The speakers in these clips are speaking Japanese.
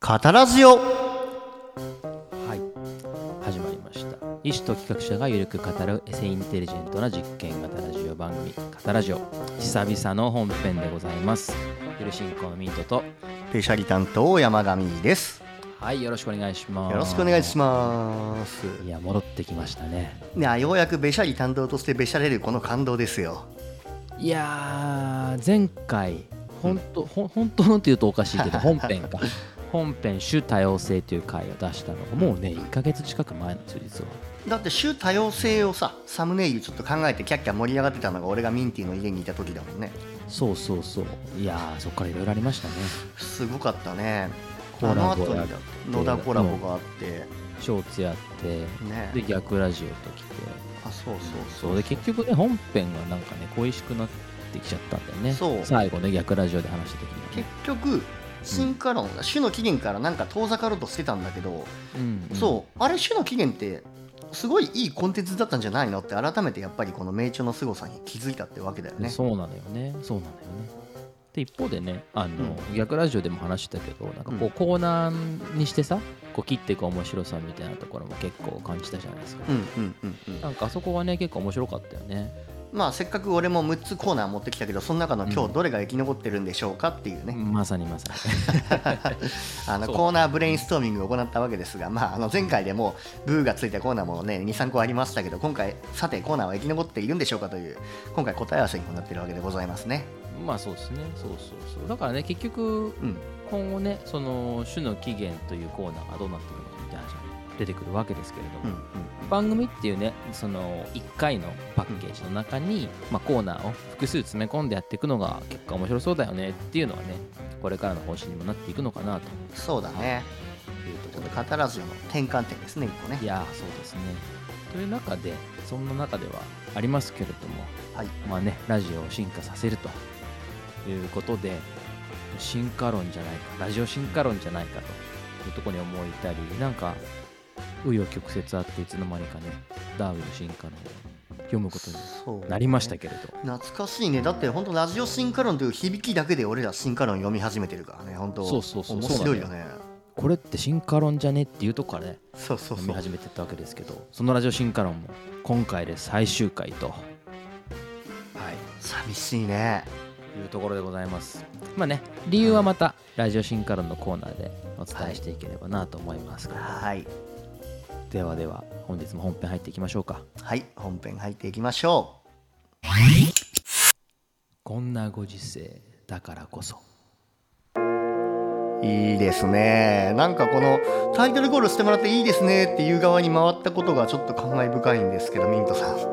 語らずよはい始まりました医師と企画者がゆるく語るエセインテリジェントな実験型ラジオ番組「カタラジオ」久々の本編でございますゆる進行のミントとペシャリ担当山上ですはいよろしくお願いしますよろしくお願いしますいや戻ってきましたねいやようやくベシャリ担当としてベシャれるこの感動ですよいやー前回本当、ほん、本当のっていうとおかしいけど本編 か本編「種多様性」という回を出したのがもうね1ヶ月近く前なんですよ実はだって種多様性をさサムネイルちょっと考えてキャッキャ盛り上がってたのが俺がミンティの家にいた時だもんねそうそうそういやーそこからいろいろありましたねすごかったねコあのラ後ボやっにて野田コラボがあって、ショーツやってねで逆ラジオと来てあそうそうそうそうで結局ね本編がなんかね恋しくなってきちゃったんだよねそう最後ね逆ラジオで話した時に、結局進化論が種の起源からなんか遠ざかろうとしてたんだけど、うんうんそうあれ種の起源ってすごいいいコンテンツだったんじゃないのって改めてやっぱりこの名著の凄さに気づいたってわけだよね。そうなのよねそうなのよねで一方でねあの、う逆ラジオでも話してたけどなんかこう、うんコーナーにしてさこう切っていく面白さみたいなところも結構感じたじゃないですか、うんうんうんうんなんかあそこはね結構面白かったよねまあせっかく俺も6つコーナー持ってきたけどその中の今うん日どれが生き残ってるんでしょうかっていうね、まさにまさに あのそうコーナーブレインストーミングを行ったわけですが、まあ、あの前回でもブーがついたコーナーもね23個ありましたけど今回さてコーナーは生き残っているんでしょうかという今回答え合わせにもなってるわけでございますね。まあそうですねそうそうそうだからね結う局ん今後ねその種の起源というコーナーがどうなっていくのかみたいな話が出てくるわけですけれどうんうも、ん番組っていうねその1回のパッケージの中に、まあ、コーナーを複数詰め込んでやっていくのが結果面白そうだよねっていうのはねこれからの方針にもなっていくのかなとそうだねいうちとこょっろとで語らずの転換点ですね一個ねい。やーそうですねという中でそんな中ではありますけれどもはいまあねラジオを進化させるということで進化論じゃないかラジオ進化論じゃないかというところに思いたりなんか紆余曲折あっていつの間にかねダーウィンの進化論を読むことにそうなりましたけれど懐かしいねだって本当ラジオ進化論という響きだけで俺ら進化論読み始めてるからね本当そうそうそう面白いよねこれって進化論じゃねっていうとこからねそうそう読そみう始めてったわけですけどそのラジオ進化論も今回で最終回とはい寂しいねというところでございますまあね理由はまたラジオ進化論のコーナーでお伝えしていければなと思いますが、はいではでは本日も本編入っていきましょうかはい本編入っていきましょこんなご時世だからこそういいですねなんかこのタイトルコールしてもらっていいですねっていう側に回ったことがちょっと感慨深いんですけどミントさん いや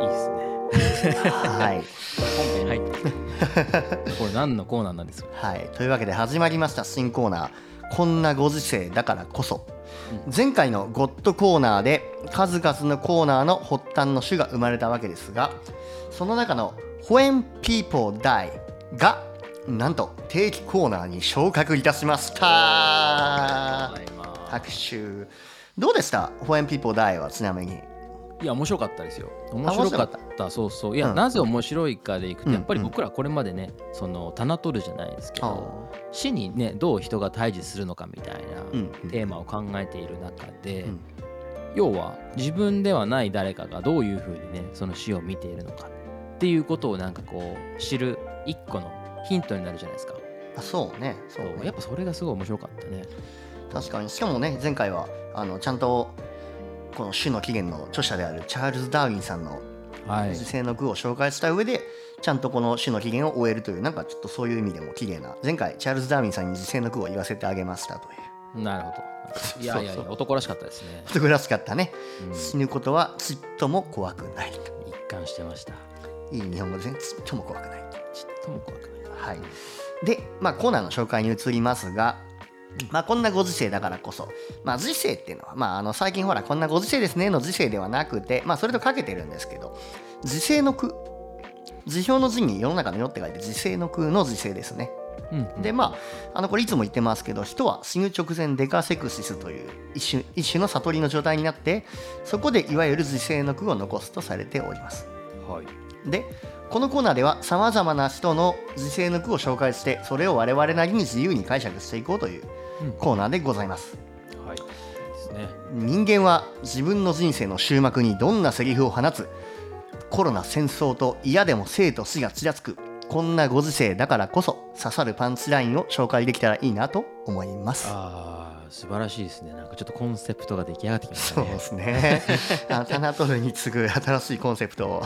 ーいいっすねはい本編入 ってこれ何のコーナーなんですかはい、というわけで始まりました新コーナー「こんなご時世だからこそ」前回のゴッドコーナーで数々のコーナーの発端の種が生まれたわけですがその中の「When People Die」がなんと定期コーナーに昇格いたしましたは拍手どうでした「When People Die」はちなみにいいや面白かったですよ面面白白かかっったたそうそういや、うんなぜ面白いかでいくと、うんやっぱり僕らこれまでねその棚取るじゃないですけど、死にねどう人が対峙するのかみたいな、うんテーマを考えている中で、うん要は自分ではない誰かがどういうふうにねその死を見ているのかっていうことをなんかこう知る一個のヒントになるじゃないですか、あそうねそうねそうやっぱそれがすごい面白かったね確かにしかもね前回はあのちゃんとこの「種の起源」の著者であるチャールズ・ダーウィンさんのはい自生の句を紹介した上でちゃんとこの「種の起源」を終えるというなんかちょっとそういう意味でも綺麗な前回チャールズ・ダーウィンさんに自生の句を言わせてあげましたというなるほどいやいやそいうやそう男らしかったです ね、素晴らしかったねうん死ぬことはちっとも怖くないと一貫してましたいい日本語ですねちっとも怖くないちっとも怖くないはい、で、まあ、コーナーの紹介に移りますが、まあ、こんなご時世だからこそ、まあ、時世っていうのは、まあ、あの最近ほらこんなご時世ですねの時世ではなくて、まあ、それとかけてるんですけど時世の句辞表の字に世の中の世って書いて時世の句の時世ですねうんうんでまああのこれいつも言ってますけど人は死ぬ直前デカセクシスという一種一種の悟りの状態になってそこでいわゆる時世の句を残すとされておりますはいでこのコーナーではさまざまな人の時世の句を紹介してそれを我々なりに自由に解釈していこうというコーナーでございますはいですね人間は自分の人生の終幕にどんなセリフを放つコロナ戦争と嫌でも生と死がちらつくこんなご時世だからこそ刺さるパンチラインを紹介できたらいいなと思いますああ素晴らしいですねなんかちょっとコンセプトが出来上がってきましたそうねですね あタナトルに次ぐ新しいコンセプトを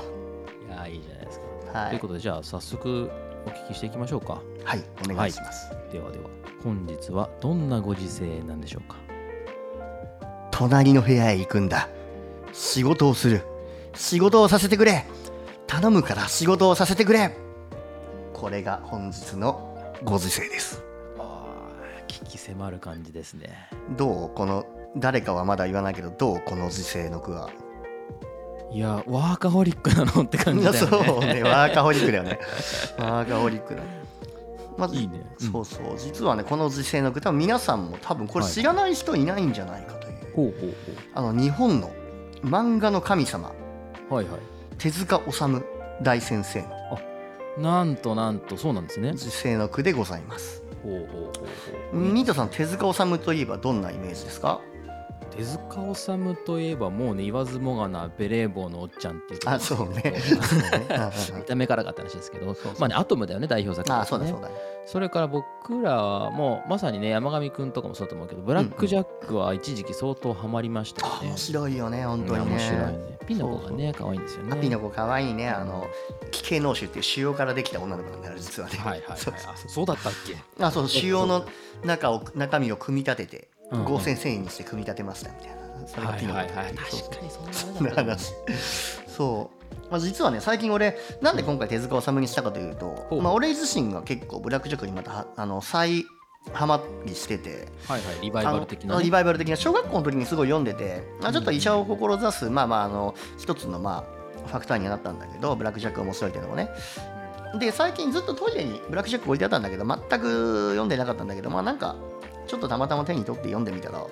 いやーいいじゃないですか、はいということでじゃあ早速お聞きしていきましょうかはいお願いします、ではでは本日はどんなご時世なんでしょうか隣の部屋へ行くんだ仕事をする仕事をさせてくれ頼むから仕事をさせてくれこれが本日のご時世ですああ聞き迫る感じですねどうこの誰かはまだ言わないけどどうこの時世の句はいやワーカホリックなのって感じだよねそうねワーカホリックだよねワーカホリックだまずいいねうんそうそう実はねこの時世の句多分皆さんも多分これはい知らない人いないんじゃないかという、ほうほうあの日本の漫画の神様ほうはいはい手塚治虫大先生のなんとなんとそうなんですね時世の句でございますほうほうほうほうニートさん手塚治虫といえばどんなイメージですか手塚治虫といえばもうね言わずもがなベレー帽のおっちゃんっていうことあそうねそうそう見ねた目からかって話ですけどまあねアトムだよね代表作あと あしてそうだねそうだそれから僕らもまさにね山上くんとかもそうだと思うけどブラックジャックは一時期相当ハマりましたよあね、面白いよね本当にね面白いねピノコがね可愛いんですよねアピの子可愛いねあの奇形脳腫っていう腫瘍からできた女の子なんだよ実はね、はいはいは いそうそうあそうだったっけあそう腫瘍の中を中身を組み立ててうんうん合成繊維にして組み立てましたみたいなそれがはいピノコはだいったはいそう確かにそんなそんな 話そう、まあ、実はね最近俺なんで今回手塚治虫にしたかというと、ほうまあ、俺自身が結構ブラックジャックにまたはあの再ハマりしててはいはいリバあイのバル的なリねバイバル的な小学校の時にすごい読んでて、まあ、ちょっと医者を志す、まあまああの一つのまあファクターにはなったんだけどブラックジャック面白いっていうのもねで最近ずっとトイレにブラックジャック置いてあったんだけど全く読んでなかったんだけどまあなんかちょっとたまたま手に取って読んでみたら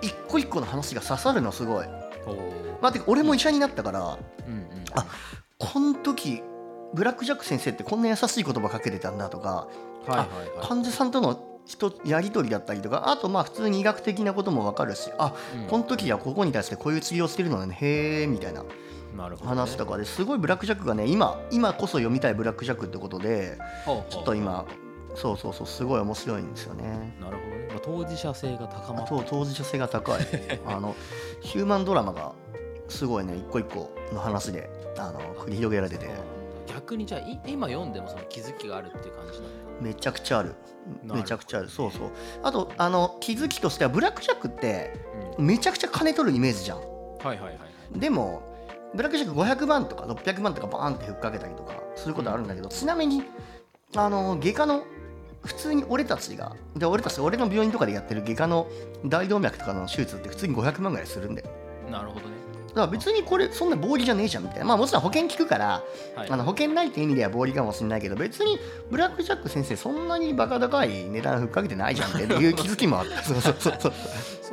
一個一個の話が刺さるのすごい。おーまあ、てか俺も医者になったからうんうんあこの時ブラック・ジャック先生ってこんな優しい言葉かけてたんだとかはいはいはい患者さんとの人やり取りだったりとかあとまあ普通に医学的なことも分かるしあうんこの時はここに対してこういう治療してるのねへえみたいななるほどね話とかですごいブラック・ジャックがね今今こそ読みたいブラック・ジャックってことでほうほうちょっと今そうそうそうすごい面白いんですよね。なるほどねまあ当事者性が高あまってと当事者性が 高いあのヒューマンドラマがすごいね一個一個の話であの繰り広げられてて逆にじゃあい今読んでもその気づきがあるっていう感じなんだめちゃくちゃあるほどめちゃくちゃあるそうそうあとあの気づきとしてはブラックジャックってめちゃくちゃ金取るイメージじゃんはいはいはいはいでもブラックジャック500万とか600万とかバーンってふっかけたりとかすることあるんだけど、ちなみにあの外科の普通に俺たちがで俺たち俺の病院とかでやってる外科の大動脈とかの手術って普通に500万ぐらいするんだよなるほどねだから別にこれそんな暴利じゃねえじゃんみたいなまあもちろん保険効くからはいあの保険ないって意味では暴利かもしれないけど別にブラック・ジャック先生そんなにバカ高い値段ふっかけてないじゃんっていう気づきもあったそうそうそうそう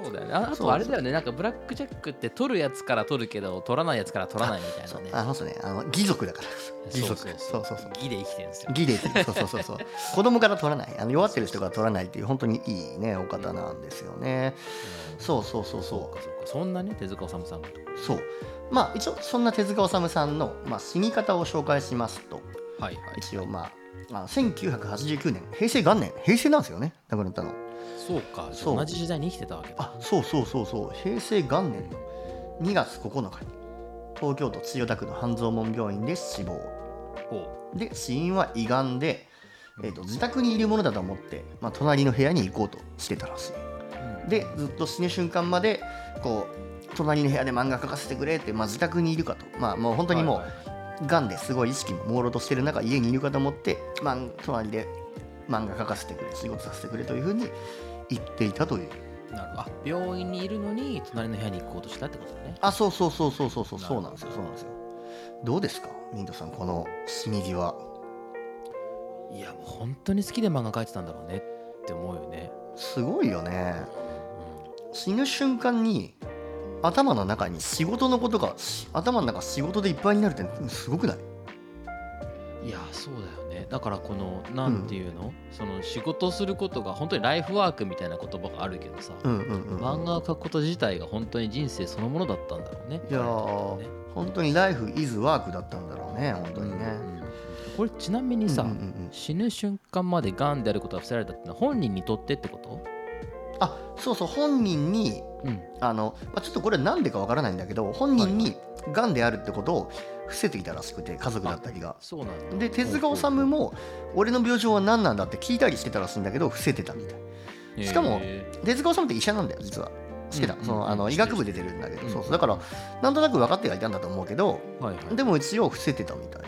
そうだよねああそうとあれだよねなんかブラックジャックって取るやつから取るけど取らないやつから取らないみたいなねあの人ねあの義族だから義そう族そうそうそうそう義で生きてるんですよ義でそうそうそうそう子供から取らないあの弱ってる人から取らないっていう本当にいいねお方なんですよねそうそうそうそうそかそうかそんなね手塚治虫さんがうそうまあ一応そんな手塚治虫さんの、まあ、死に方を紹介しますとはいはい一応まあまあ、1989年平成元年平成なんですよね亡くなったのそうかじゃそあう同じ時代に生きてたわけだあそうそうそうそう平成元年の2月9日に東京都千代田区の半蔵門病院で死亡ほで死因は胃がんで、えー、と自宅にいるものだと思って、まあ、隣の部屋に行こうとしてたらしううんいでずっと死ぬ瞬間までこう隣の部屋で漫画描かせてくれって、まあ、自宅にいるかとまあもう本当にもう、はいはいがんですごい意識も朦朧としてる中家にいるかと思って、まあ、隣で漫画描かせてくれ仕事させてくれというふうに言っていたというなるほどあ病院にいるのに隣の部屋に行こうとしたってことだねあそうそうそうそうそうそうなそうるほどなんですよそうなんですよどうですかミントさんこの死に際いやもう本当に好きで漫画描いてたんだろうねって思うよねすごいよね死ぬ瞬間に頭の中に仕事のことがし頭の中仕事でいっぱいになるってすごくないいやそうだよねだからこのなんていうの、その仕事することが本当にライフワークみたいな言葉があるけどさ、うんうんうん漫画を描くこと自体が本当に人生そのものだったんだろうね。いやーね本当にライフイズワークだったんだろうね本当にね、うんこれちなみにさ、うんうんうん死ぬ瞬間までがんであることが伏せられたってのは本人にとってってこと、あそうそう本人にうん、あの、まあ、ちょっとこれなんでかわからないんだけど本人にがんであるってことを伏せていたらしくて家族だったりが。そうなんだで手塚治虫も俺の病状は何なんだって聞いたりしてたらしいんだけど伏せてたみたいしかもへ手塚治虫って医者なんだよ実は知ってた、うんそのあの医学部で出てるんだけど、うんそうそうだからなんとなく分かってはいたんだと思うけどーはいはいでも一応伏せてたみたいよ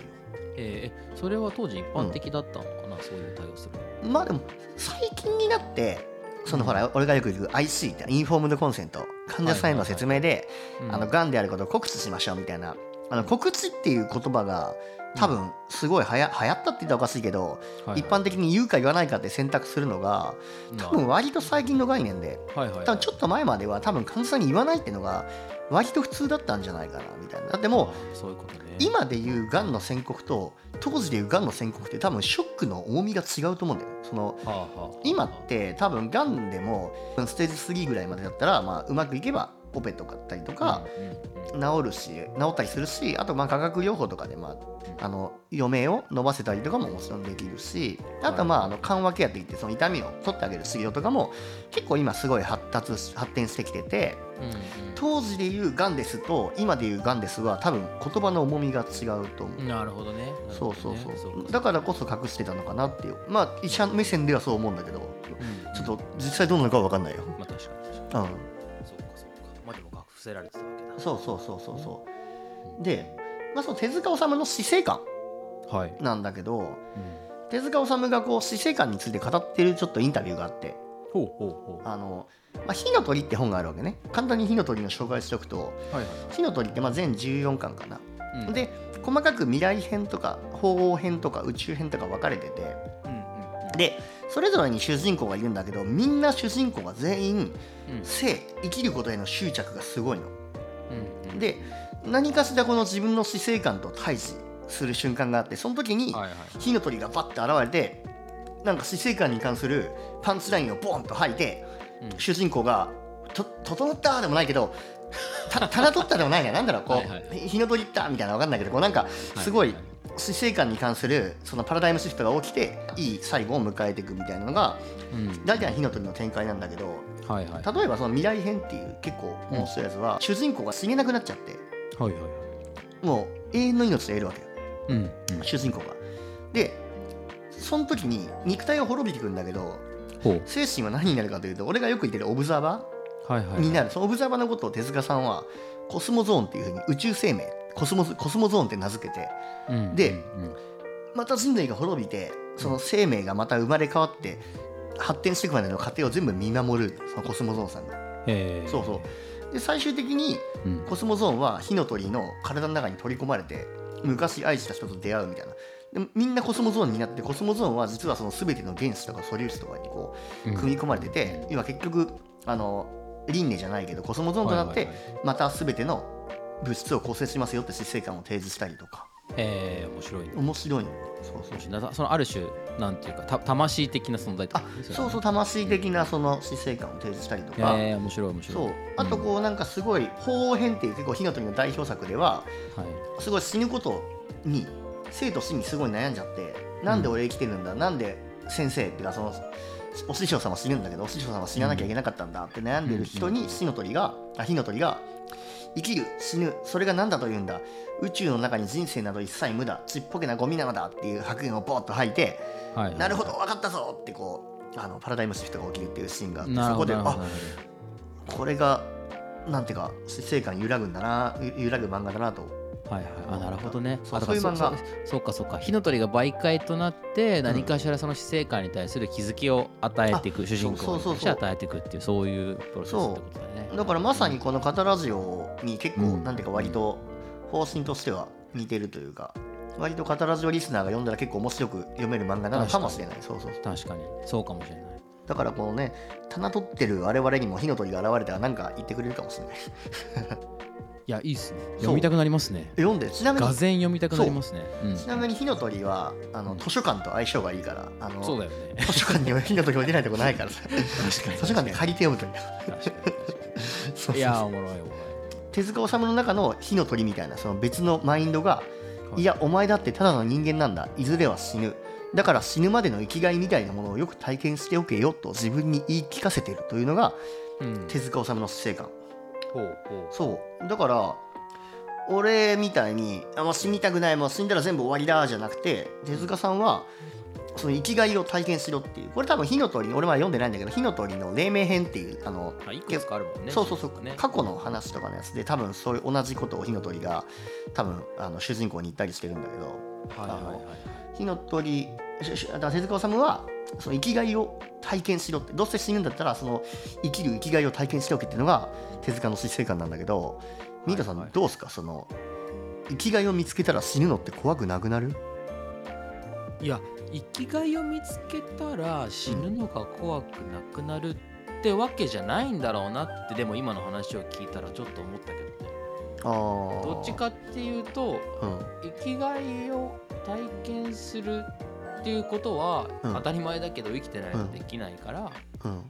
えーそれは当時一般的だったのかな、そういう対応するのまあでも最近になってそのほら俺がよく行く IC ってインフォームドコンセント患者さんへの説明でうんあのがんであることを告知しましょうみたいなあの告知っていう言葉が多分すごいはや流行ったって言ったらおかしいけどはいはい一般的に言うか言わないかって選択するのが多分割と最近の概念ではいはいはい、多分ちょっと前までは多分患者さんに言わないっていうのが割と普通だったんじゃないかなみたいなだってもうあーそういうことね今でいうがんの宣告と当時でいうがんの宣告って多分ショックの重みが違うと思うんだよそのはあはあはあ今って多分がんでもステージ3ぐらいまでだったら、まあ、うまくいけばオペとかだったりとか、うんうんうん治るし治ったりするしあとまあ化学療法とかで、まあ、あの余命を延ばせたりとかももちろんできるしあとはまああの緩和ケアっていってその痛みを取ってあげる治療とかも結構今すごい発達し発展してきててうん当時でいうがんですと今でいうがんですは多分言葉の重みが違うと思うう。んなるほどねなるそほうそどうねそうかだからこそ隠してたのかなっていうまあ医者目線ではそう思うんだけどうんちょっと実際どうなのかは分かんないよまあ確かに確かにうんそうかそうかまあでも伏せられてたわけそうそうそうそうそうで、まあ、その手塚治虫の死生観だはい、なんだけど手塚治虫がこう死生観について語ってるちょっとインタビューがあってほうほうほうあの、まあ、火の鳥って本があるわけね簡単に火の鳥の紹介しておくとはい火の鳥ってまあ全14巻かなはい、うん、で細かく未来編とか法王編とか宇宙編とか分かれててうんうんうんでそれぞれに主人公がいるんだけどみんな主人公が全員うん生生きることへの執着がすごいの。うんうんで何かしらこの自分の死生観と対峙する瞬間があってその時にはいはい火の鳥がパッと現れてなんか死生観に関するパンチラインをボンと吐いてうん主人公が「と整った!」でもないけど「た棚取った」でもないねなんだろうこはいはう「火の鳥行った!」みたいなわかんないけどこうなんかすごいは死生観に関するそのパラダイムシフトが起きていい最後を迎えていくみたいなのがうん大体は火の鳥の展開なんだけどはいはい例えばその未来編っていう結構面白いやつは主人公が死ねなくなっちゃってはいはいはいもう永遠の命を得るわけようんうん主人公が。でその時に肉体は滅びてくんだけどほう精神は何になるかというと俺がよく言ってるオブザーバはいはーいになるそのオブザーバーのことを手塚さんはコスモゾーンっていうふうに宇宙生命コスモコスモゾーンって名付けてうんでうんうんまた人類が滅びてその生命がまた生まれ変わって発展していくまでの過程を全部見守るそのコスモゾーンさんが。えーそうそうで最終的にうんコスモゾーンは火の鳥の体の中に取り込まれて昔愛した人と出会うみたいなでみんなコスモゾーンになってコスモゾーンは実はその全ての原子とか素粒子とかにこう組み込まれてて、今結局あの輪廻じゃないけどコスモゾーンとなって、はいはいはいまた全ての物質を構成しますよって死生観を提示したりとかえー面白いね面白いのそうそう面白いなそのある種なんていうかた魂的な存在とあかそうそう魂的なその死生観を提示したりとか、えー面白い面白いそうあとこうなんかすごい「鳳凰編」っていう結構火の鳥の代表作でははいすごい死ぬことに生と死にすごい悩んじゃってなんで俺生きてるんだ、なんで先生っていうかそのお師匠様死ぬんだけどお師匠様死ななきゃいけなかったんだって悩んでる人に死の鳥が、あ火の鳥が生きる死ぬそれが何だというんだ宇宙の中に人生など一切無だちっぽけなゴミなのだっていう白煙をボーッと吐いて、はいはいなるほど分かったぞってこうあのパラダイムシフトが起きるっていうシーンがあってなるそこほでどなるほどあこれがなんていうか生観揺らぐんだな揺らぐ漫画だなとはいはい、あなるほどね。そうあだからそういう漫画そそうかそうか。火の鳥が媒介となって何かしらその死生観に対する気づきを与えていく、主人公そうにそう対そうして与えていくっていうそういうプロセスってことだね。だからまさにこの「カタラジオ」に結構、うんなんていうか割と方針としては似てるというか割と「カタラジオ」リスナーが読んだら結構面白く読める漫画なのかもしれないそうそうそう確かにそうかもしれない。だからこのね棚取ってる我々にも火の鳥が現れたらなんか言ってくれるかもしれないいやいいっすね読みたくなりますね 読んでるちなみにがぜん読みたくなりますねうんちなみに火の鳥はあうのん図書館と相性がいいからあのそうだよね図書館には火の鳥置いてないとこないからさ 確かに図書館で借りて読むという確かに確か そうそう にいやーおもろいおもろ手塚治虫の中の火の鳥みたいなその別のマインドが、はいい、やお前だってただの人間なんだいずれは死ぬだから死ぬまでの生きがいみたいなものをよく体験しておけよと自分に言い聞かせてるというのがいうん手塚治虫の死生観ほうほそうだから俺みたいにあもう死にたくないもう死んだら全部終わりだじゃなくて手塚さんはその生きがいを体験しろっていうこれ多分火の鳥俺は読んでないんだけど火の鳥の黎明編っていうあのうあいくつかあるもんねそうそうそう、ね過去の話とかのやつで多分そういう同じことを火の鳥が多分あの主人公に言ったりしてるんだけどはいはいはいはい火の鳥ししだから手塚治虫はその生きがいを体験しろってどうせ死ぬんだったらその生きる生きがいを体験しておけっていうのが手塚の死生観なんだけどミートさん、はいはいどうですかその生きがいを見つけたら死ぬのって怖くなくなるいや生きがいを見つけたら死ぬのが怖くなくなるってわけじゃないんだろうなってでも今の話を聞いたらちょっと思ったけどねあーどっち、かっていうとうん、生きがいを体験するっていうことはうん当たり前だけど生きてないとできないから、うん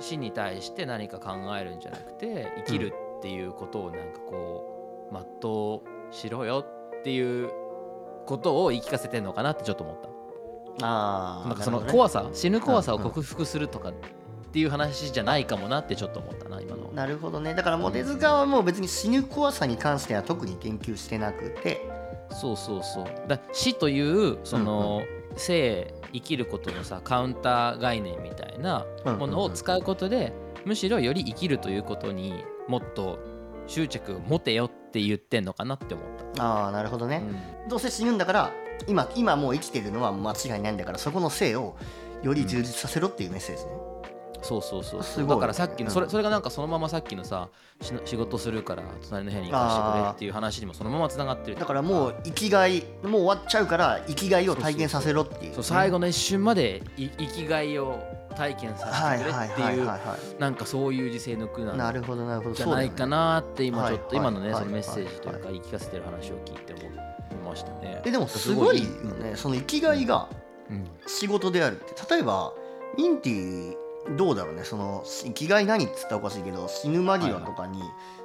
死に対して何か考えるんじゃなくて生きるっていうことをなんかこう全うしろよっていうことを言い聞かせてんのかなってちょっと思った。あーなんかそのなるほどね怖さ、死ぬ怖さを克服するとかっていう話じゃないかもなってちょっと思ったな今の。なるほどねだからもう手塚はもう別に死ぬ怖さに関しては特に研究してなくてそうそうそうだ死というその、生生きることのさカウンター概念みたいなものを使うことでむしろより生きるということにもっと執着を持てよって言ってんのかなって思った。ああなるほどね、うんどうせ死ぬんだから今今もう生きてるのは間違いないんだからそこの性をより充実させろっていうメッセージね、そうそうそうすごいだからさっきのそれうんそれがなんかそのままさっっきのさしの仕事するから隣の部屋に行かせてくれっていう話にもそのままつながってるだからもう生きがいもう終わっちゃうから生きがいを体験させろっていうそう最後の一瞬までい生きがいを体験さはせいてくれはっいはていはいいうはなんかそういう時世の苦いな難るほどなるほどじゃないかなって今はいちょっと今のはねいそのメッセージというはいか言い聞かせてる話を聞いて思いましたねえでもすごいよすごねその生きがいがうん仕事であるって例えばインティどうだろうねその生きがい何っつったらおかしいけど死ぬ間際とかに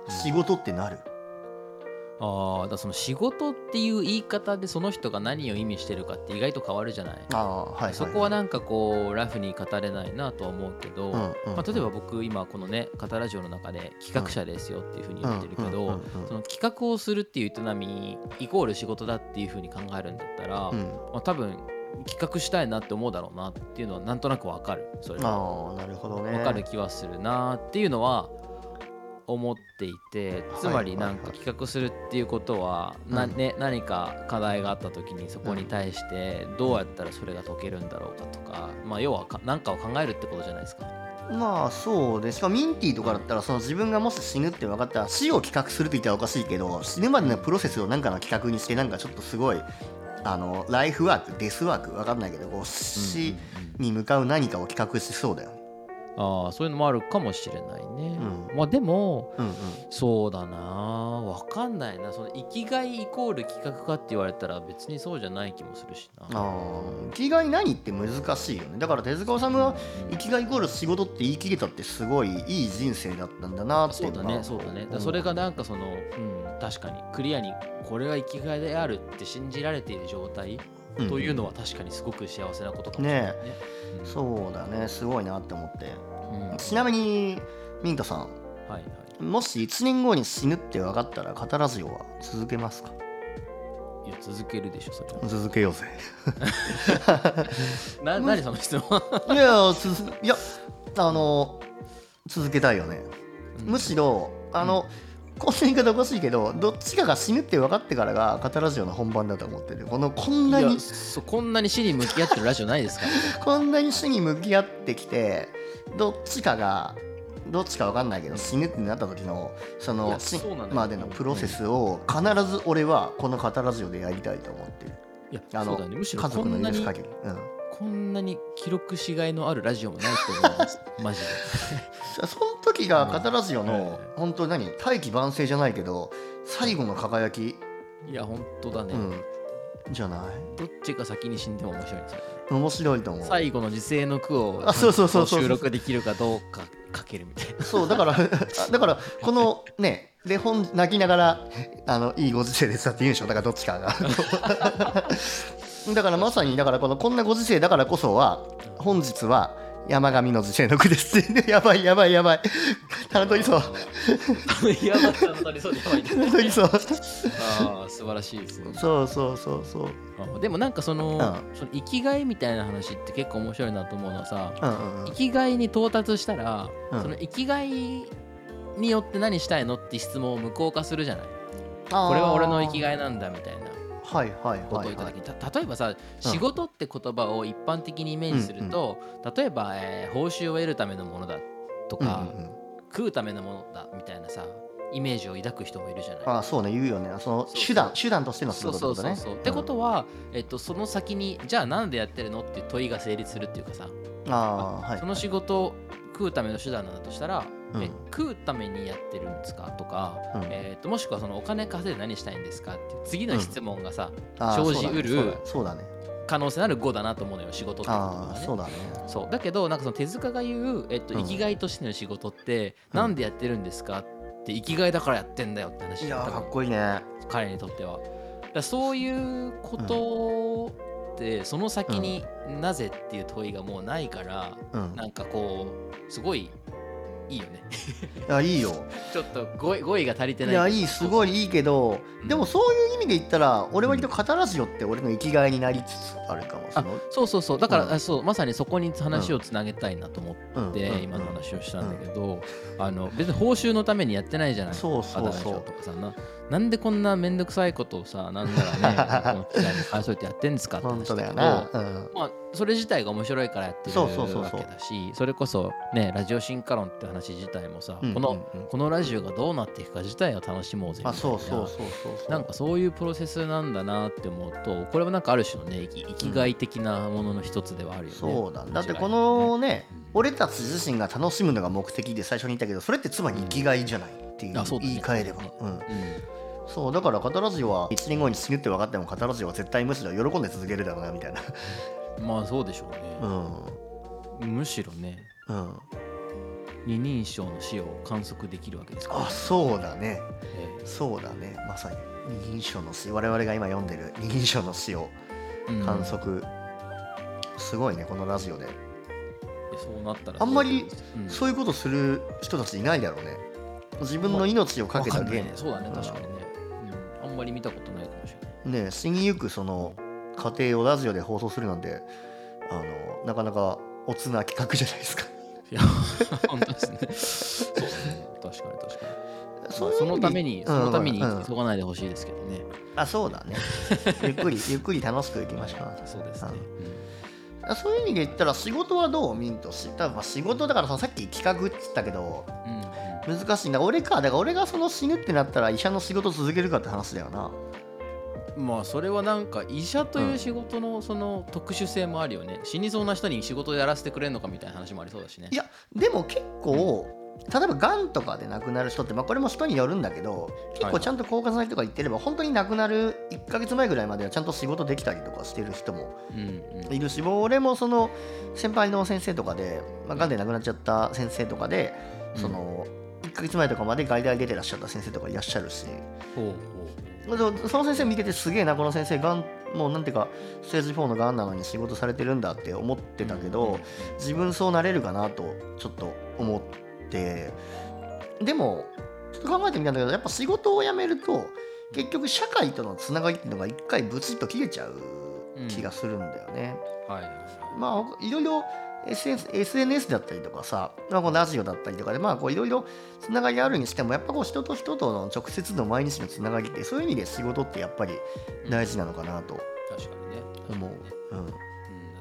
仕事ってなる、あーだからその仕事っていう言い方でその人が何を意味してるかって意外と変わるじゃないああはいはいいそこはなんかこうラフに語れないなとは思うけど、うんうんまあ、例えば僕今このね「カタラジオ」の中で企画者ですよっていうふうに言ってるけうんうんどうんうんその企画をするっていう営みイコール仕事だっていうふうに考えるんだったら、うまんあ、多分企画したいなって思うだろうなっていうのはなんとなくわかるそれはああなるほどねわかる気はするなっていうのは思っていてつまりなんか企画するっていうことは、なうんね、何か課題があった時にそこに対してどうやったらそれが解けるんだろうかとか、まあ、要はか何かを考えるってことじゃないですか。まあそうでしかもミンティとかだったらその自分がもし死ぬって分かったら死を企画するって言ったらおかしいけど死ぬまでのプロセスをなんかの企画にしてなんかちょっとすごいあのライフワークデスワーク分かんないけどこう死うんうんうんに向かう何かを企画しそうだよね。ああそういうのもあるかもしれないね、うんまあでもうんうんそうだなわかんないなその生きがいイコール企画かって言われたら別にそうじゃない気もするしなあー生きがい何って難しいよねだから手塚治虫は生きがいイコール仕事って言い切れたってすごいいい人生だったんだなってそうだねそうだねだからそれがなんかその、うん、確かにクリアにこれが生きがいであるって信じられている状態というののは確かにすごく幸せなことかもしれないね。うんそうだねすごいなって思ってうんはいちなみにミントさんはい、もし1年後に死ぬって分かったら語らずよは続けますかいや続けるでしょそれは。続けようぜな何その質問いやつづいやあの続けたいよねむしろあの、こんな言い方おかしいけどどっちかが死ぬって分かってからがカタラジオの本番だと思ってるこのこんいなやにそうこんなに死に向き合ってるラジオないですからね。こんなに死に向き合ってきてどっちかがどっちか分かんないけど死ぬってなった時のそいのや死そうなんだよまでのプロセスを必ず俺はこのカタラジオでやりたいと思ってるいやあそのうだねむしろ家こ族のんな許すに限り、うん、 こんなに記録しがいのあるラジオもないと思いますマジでそその時がカタラジオうんのはいはい本当に何大器晩成じゃないけど最後の輝き、いや本当だね、うんじゃないどっちが先に死んでも面白いんですよね面白いと思う最後の時勢の句をあそうそうそうそう収録できるかどうかかけるみたいなそうだから あだからこのねで本泣きながらあのいいご時世ですだって言うんでしょだからどっちかが だからまさにだからこのこんなご時世だからこそは本日は山上の時世の句ですって やばいやばいやばい棚取りそういやばい本当にそうでやばいね棚取りそう ああ素晴らしいですねそうそうそうそうあでもなんかその,、うその生きがいみたいな話って結構面白いなと思うのはさうんうんうん生きがいに到達したら、うんその生きがいによって何したいのって質問を無効化するじゃないあーこれは俺の生きがいなんだみたいなはいはいこはとをい言っはたい時に、た例えばさ仕事って言葉を一般的にイメージすると、例えば、えー報酬を得るためのものだとうんうか、んうん食うためのものだみたいなさイメージを抱く人もいるじゃない。あーそうね言うよねその手段手段としての仕そう事ってこそうとそうねそう。ってことは、えっと、その先にじゃあなんでやってるのっていう問いが成立するっていうかさ、うんあーはいその仕事を食うための手段なんだとしたら、うんえ食うためにやってるんですかとか、うんえっともしくはそのお金稼いで何したいんですかっていう次の質問がさ、あー生じうるそうだね可能性のある5だなと思うのよ仕事っていうことあがあねそうだねそうだけどなんかその手塚が言う、えっと、うん生きがいとしての仕事って、うんなんでやってるんですかって生きがいだからやってんだよって話いやだーったかのっこいいね彼にとってはだからそういうことって、その先になぜっていう問いがもうないから、うんなんかこうすごいいいよね いやいいよちょっと語彙語彙が足りていないやいいすごいいいけどうんでもそういう意味で言ったら俺割と語らずよって俺の生きがいになりつつあるかもそのそうそうそうだから、うんあそうまさにそこに話をつなげたいなと思って、うんうんうん今の話をしたんだけど、あの別に報酬のためにやってないじゃないそうそうそうアダラジオとかさななんでこんな面倒くさいことを さなんならねこの機会に返そうってやってんですかって本話当だよけどなうんまあ、それ自体が面白いからやってるそうそうそうそうわけだしそれこそねラジオ進化論って話自体もさ、うんこうんのうんこのラジオがどうなっていくか自体を楽しもうぜみたいなあそうそうそうそうそうなんかそういうプロセスなんだなって思うとこれはなんかある種のね生き生きがい的なものの一つではあるよね。そうだだって間違いなくねこのねうん俺たち自身が楽しむのが目的で最初に言ったけどそれってつまり生きがいじゃないっていうあそうだね言い換えればそううんそうだから語らずよは1年後に死ぬって分かっても語らずよは絶対むしろ喜んで続けるだろうなみたいな うんまあそうでしょうねう、んむしろねうん二人称の死を観測できるわけですから、あそうだねえそうだねまさに二人称の詩我々が今読んでる二人称の詩をえうん観測、すごいねこのラジオで、でそうなったらあんまりそう,、うん、そういうことする人たちいないだろうね自分の命をかけたわんなゲいーねムそうだね確かにね、うんあんまり見たことないかもしれないねえ死にゆくその家庭をラジオで放送するなんてあのなかなかおつな企画じゃないですかいや 本当ですねそうだね確かに確かにそういうま意味あそのために、うんそのためにうん急がないでほしいですけどね、あそうだ ねゆっくりゆっくり楽しくいきましょうそうですね、うんあそういう意味で言ったら仕事はどうミントし多分まあ仕事だからささっき企画っつったけどうんうん難しいな俺かだから俺がその死ぬってなったら医者の仕事続けるかって話だよなまあそれはなんか医者とういんう仕事のその特殊性もあるよね、死にそうな人に仕事をやらせてくれるのかみたいな話もありそうだしねいやでも結構例えばがんとかで亡くなる人って、まあ、これも人によるんだけど結構ちゃんと効果剤とか言ってれば本当に亡くなる1ヶ月前ぐらいまではちゃんと仕事できたりとかしてる人もうんうんいるしもう俺もその先輩の先生とかで、まあ、がんで亡くなっちゃった先生とかでうんその1ヶ月前とかまで外来出てらっしゃった先生とかいらっしゃるし。ほうでもその先生見ててすげえなこの先生がんもうなんていうかステージ4のがんなのに仕事されてるんだって思ってたけど、うんうん自分そうなれるかなとちょっと思ってでもちょっと考えてみたんだけどやっぱ仕事を辞めると結局社会とのつながりっていうのが一回ブチッと切れちゃう気がするんだよね。ほうはいはいはいまあいろいろ SNS, SNS だったりとかさ、まあ、こうラジオだったりとかでまあこういろいろつながりあるにしてもやっぱこう人と人との直接の毎日のつながりってそういう意味で仕事ってやっぱり大事なのかなと確かにね思う確かにね、うん、うん、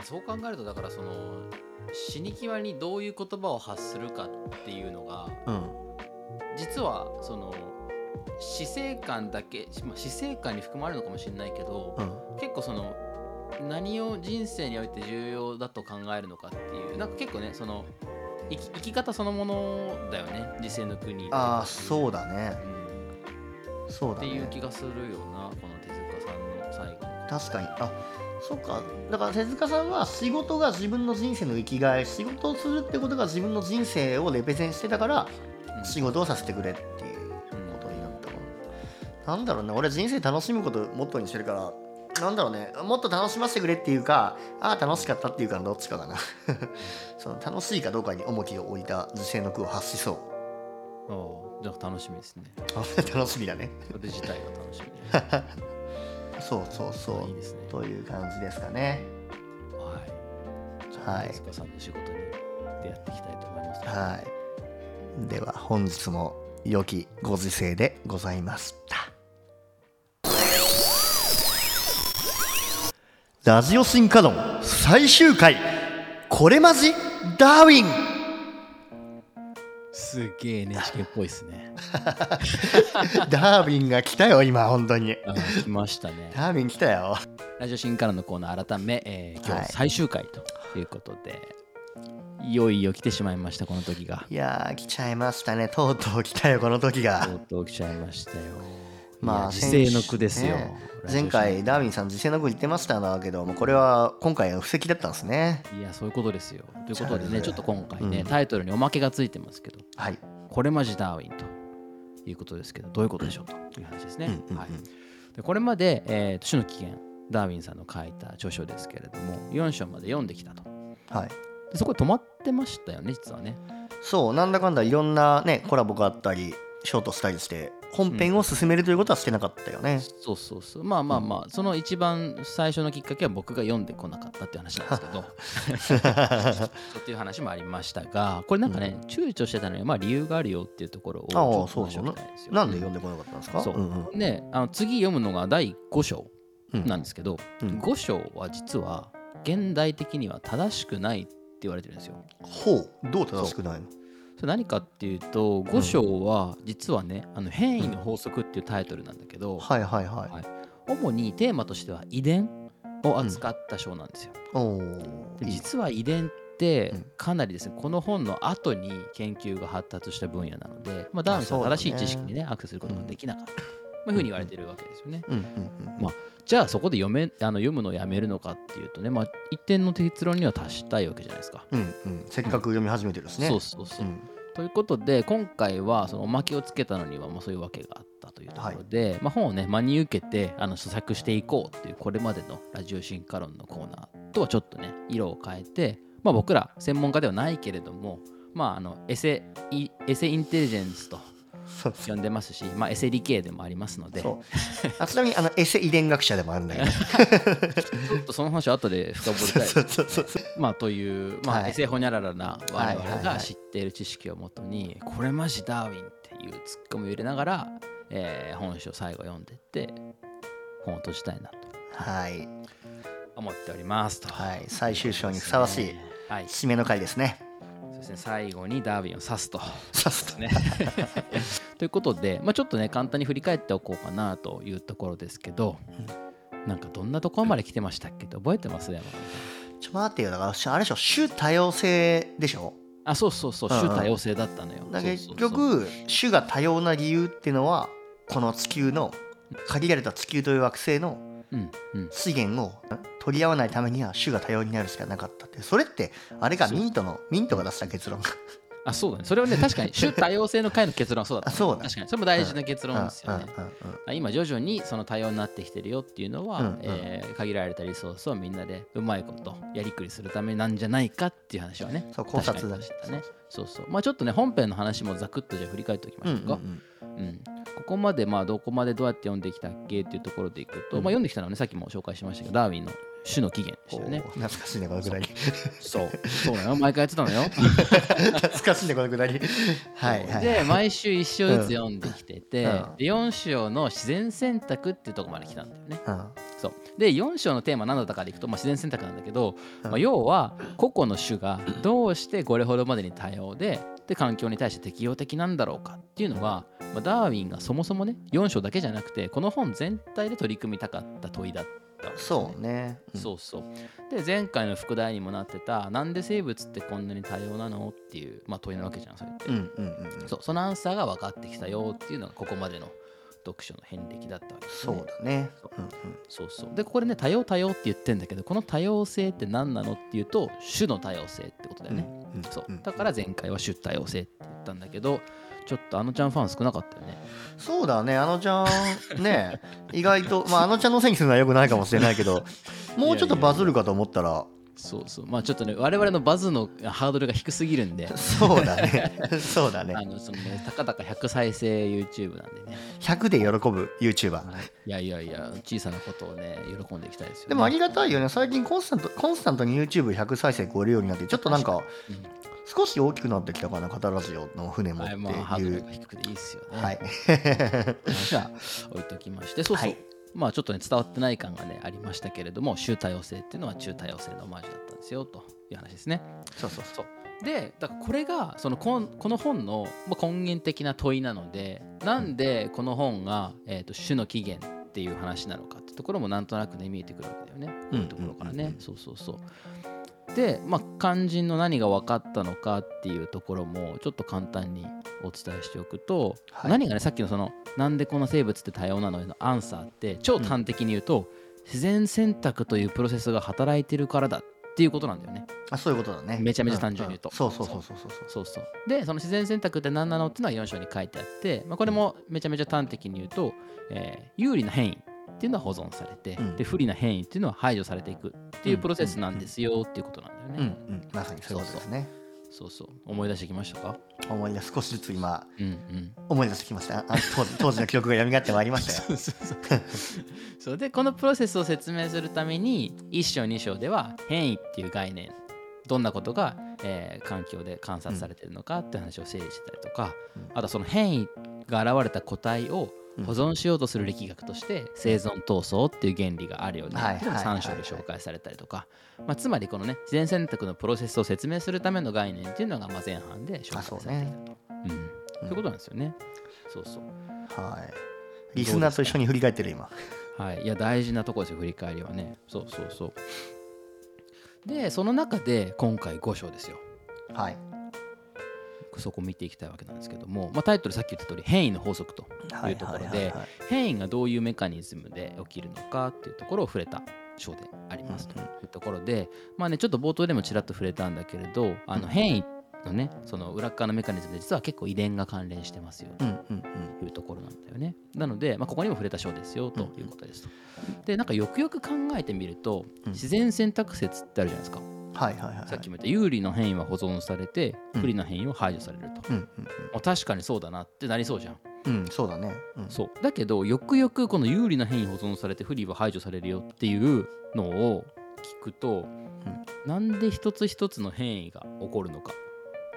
そう考えるとだからその死に際にどういう言葉を発するかっていうのがうん、実はその死生観だけ、まあ、死生観に含まれるのかもしれないけど、うん、結構その何を人生において重要だと考えるのかっていうなんか結構ねその生き生き方そのものだよね実践の国ああそうだねうんそうっだていう気ねがするよなこの手塚さんの最後の確かにあそっかだから手塚さんは仕事が自分の人生の生きがい仕事をするってことが自分の人生をレペゼンしてたからうん仕事をさせてくれっていうことになったもんなんだろうね俺人生楽しむことモットーにしてるからなんだろうねもっと楽しませてくれっていうかああ楽しかったっていうかのどっちかかな その楽しいかどうかに重きを置いた自制の句を発しそうおうじゃあ楽しみですね 楽しみだねそれ自体が楽しみねそうそう そいいうですねという感じですかねはいじゃあはい手塚さんの仕事に出会っていきたいと思いますはいでは本日も良きご時世でございましたラジオ進化論最終回これまじダーウィンすげえ NHK っぽいです ねダーウィンが来たよ今本当にあー来ましたねダーウィン来たよラジオ新からのコーナー改め、えー今はい日最終回ということで、い、よいよ来てしまいましたこの時がいやー来ちゃいましたねとうとう来たよこの時がとうとう来ちゃいましたよ ままああ時世の句ですよ、ねラジオ前新回ダーウィンさん自制の句言ってましただけどもうこれは今回は布石だったんですねいやそういうことですよということでじゃあねちょっと今回ね、うんタイトルにおまけがついてますけどはいこれまじダーウィンということですけどどういうことでしょうという話ですね、うんうんうんはい、でこれまで、えー、種の起源ダーウィンさんの書いた著書ですけれども4章まで読んできたとはいでそこで止まってましたよね実はねそうなんだかんだいろんなねコラボがあったりショートしたりして本編を進めるということはしてなかったよね、そうそうそうまあまあまあ、その一番最初のきっかけは僕が読んでこなかったっていう話なんですけど そうっていう話もありましたがこれなんかね、躊躇してたのにまあ理由があるよっていうところをちあょあっとそう話してそうおきなたいんですよ。なんで読んでこなかったんですかそうんんであの次読むのが第5章うんなんですけど、うん5章は実は現代的には正しくないって言われてるんですよ。ほうどう正しくないのそれ何かっていうと5章は実はね「あの変異の法則」っていうタイトルなんだけど、はいはいはい、はい主にテーマとしては遺伝を扱った章なんですよ。おおで実は遺伝ってうんかなりですね、この本の後に研究が発達した分野なので、まあ、ダーウィンさあんそはうだね正しい知識にねアクセスすることができなかった、まあいうふうに言われてるわけですよね。うんうんうんまあじゃあそこで読めあの読むのをやめるのかっていうとね、まあ、一定の結論には達したいわけじゃないですか。うんうんせっかく読み始めてるしねそうそうそうう、んということで今回はそのおまけをつけたのにはまあそういうわけがあったというところで、まあ、本をね真に受けてあの著作していこうっていうこれまでの「ラジオ進化論」のコーナーとはちょっとね色を変えて、まあ、僕ら専門家ではないけれども、まあ、あのエセイエセインテリジェンスとそう呼んでますし、まあ、エセ理系でもありますのでちそうょあちなみにあのエセ遺伝学者でもあるん だけどっとその話は後で深掘りたいですそうそうそうそうまあという、まあはいエセホニャララなは我いはいはい々が知っている知識をもとに、これマジダーウィンっていうツッコミを入れながら、えー本書を最後読んでって本を閉じたいなとはい思っておりますと。はい最終章にふさわしいはい、そ締めの回ですねうですね最後にダーウィンを指すと。さすとねということで、まあ、ちょっとね簡単に振り返っておこうかなというところですけど、なんかどんなところまで来てましたっけって覚えてます山上さんちょ待ってよだからあれでしょ種多様性でしょあそうそうそううんうん種多様性だったのよ。だから結そうそうそう局種が多様な理由っていうのはこの地球の限られた地球という惑星のうんうん資源を取り合わないためには種が多様になるしかなかったってそれってあれがそうミントのミントが出した結論あそうだねそ れはね確かに種多様性の回の結論はそうだった、あ そうだ確かにそれも大事な結論ですよね、うんうんうんうんあ今徐々にその多様になってきてるよっていうのは、うんうんえー限られたリソースをみんなでうまいことやりくりするためなんじゃないかっていう話はねそう考察確かだにねしたねそうそうまあちょっとね本編の話もざくっとじゃあ振り返っておきまうしんょううんか、うんうんここまでまあどこまでどうやって読んできたっけっていうところでいくと、うんまあ、読んできたのはねさっきも紹介しましたけどダーウィンの種の起源でしおたよーね懐かしいねこのくだりそうそうなの毎回やってたのよ懐かしいねこのく だりはいはいで毎週1章ずつ読んできてて、うんで4章の自然選択っていうところまで来たんだよね。うんそうで4章のテーマ何だったかでいくと、まあ、自然選択なんだけど、うんまあ、要は個々の種がどうしてこれほどまでに多様でで環境に対して適応的なんだろうかっていうのが、まあ、ダーウィンがそもそもね4章だけじゃなくてこの本全体で取り組みたかった問いだっったんですねそうね、うんそうそうで前回の副題にもなってたなんで生物ってこんなに多様なのっていう、まあ、問いなわけじゃんそれって、うんうんうんうんそうそのアンサーが分かってきたよっていうのがここまでの読書の遍歴だったわけです、そね、うだねそううんうんそうそうでここでね多様多様って言ってんだけどこの多様性って何なのっていうと種の多様性ってことだよね、うんうんそううんだから前回は種多様性って言ったんだけどちょっとあのちゃんファン少なかったよねそうだねあのちゃんね 意外と、まあ、あのちゃんのせいにするのはよくないかもしれないけ どもうちょっとバズるかと思ったらそうそうまあちょっとね我々のバズのハードルが低すぎるんでそうだねそうだあねのそのねたかだか100再生 YouTube なんでね100で喜ぶ YouTuber いやいやいや小さなことをね喜んでいきたいですよ、ね、でもありがたいよね最近コンスタントコンスタントに YouTube100 再生超えるようになってちょっとなんかうん少し大きくなってきたかなカタラジオの船もっはてい、まあ、ハードいルうが低くていいっすよね。はいじゃあ、置いときま して、そうそう、はいまあ、ちょっとね、伝わってない感がね、ありましたけれども、集大様性っていうのは中多様性のオマージュだったんですよ、という話ですね。そうそうそうで、だからこれが、そのこんこの本の、まあ、根源的な問いなので、なんでこの本が、えー、と種の起源っていう話なのかってところも、なんとなくね、見えてくるわけだよね。うんこういうところからね、うんうんうんそうそうそう。で、まあ、肝心の何が分かったのかっていうところもちょっと簡単にお伝えしておくと、はい何がねさっきのその「なんでこの生物って多様なの?」へのアンサーって超端的に言うと、自然選択というプロセスが働いてるからだっていうことなんだよね。あそういうことだねめちゃめちゃ単純に言うとんんそうそうそうそうそうそうそうそうでその自然選択って何なのっていうのは4章に書いてあって、まあ、これもめちゃめちゃ端的に言うと、えー有利な変異っていうのは保存されて、うんで不利な変異っていうのは排除されていくっていうプロセスなんですよっていうことなんだよね。うんうんまさにそういうことですねそうそう思い出してきましたか思い出少しずつ今うんうん思い出してきましたああ当時当時の記憶が蘇ってまいりま したよそうそうそうそうでこのプロセスを説明するために1章2章では変異っていう概念どんなことが、えー環境で観察されてるのかって話を整理してたりとか、うんあとその変異が現れた個体をうん保存しようとする力学として生存闘争っていう原理があるよねはいはいはいはい3章で紹介されたりとか、まあ、つまりこのね自然選択のプロセスを説明するための概念っていうのがまあ前半で紹あ介そさうれているねうんそういうことなんですよね。そうそうはいリスナーと一緒に振り返ってる今はい、いや大事なとこですよ振り返りはねそうそうそうでその中で今回5章ですよはいそこ見ていきたいわけなんですけども、まあ、タイトルさっき言った通り変異の法則とはいうところではい変異がどういうメカニズムで起きるのかっていうところを触れた章でありますとうんいうところでまあねちょっと冒頭でもちらっと触れたんだけれどあの変異のねその裏っ側のメカニズムで実は結構遺伝が関連してますようんうんうんというところなんだよね。なので、まあ、ここにも触れた章ですよということですと。でなんかよくよく考えてみるとうん自然選択説ってあるじゃないですか。はいはいはいはいさっきも言った有利な変異は保存されてうん不利な変異は排除されると。うんうんまあ確かにそうだなってなりそうじゃん。うんうんそうだねうんそうだけどよくよくこの有利な変異保存されて不利は排除されるよっていうのを聞くと、なんで一つ一つの変異が起こるのか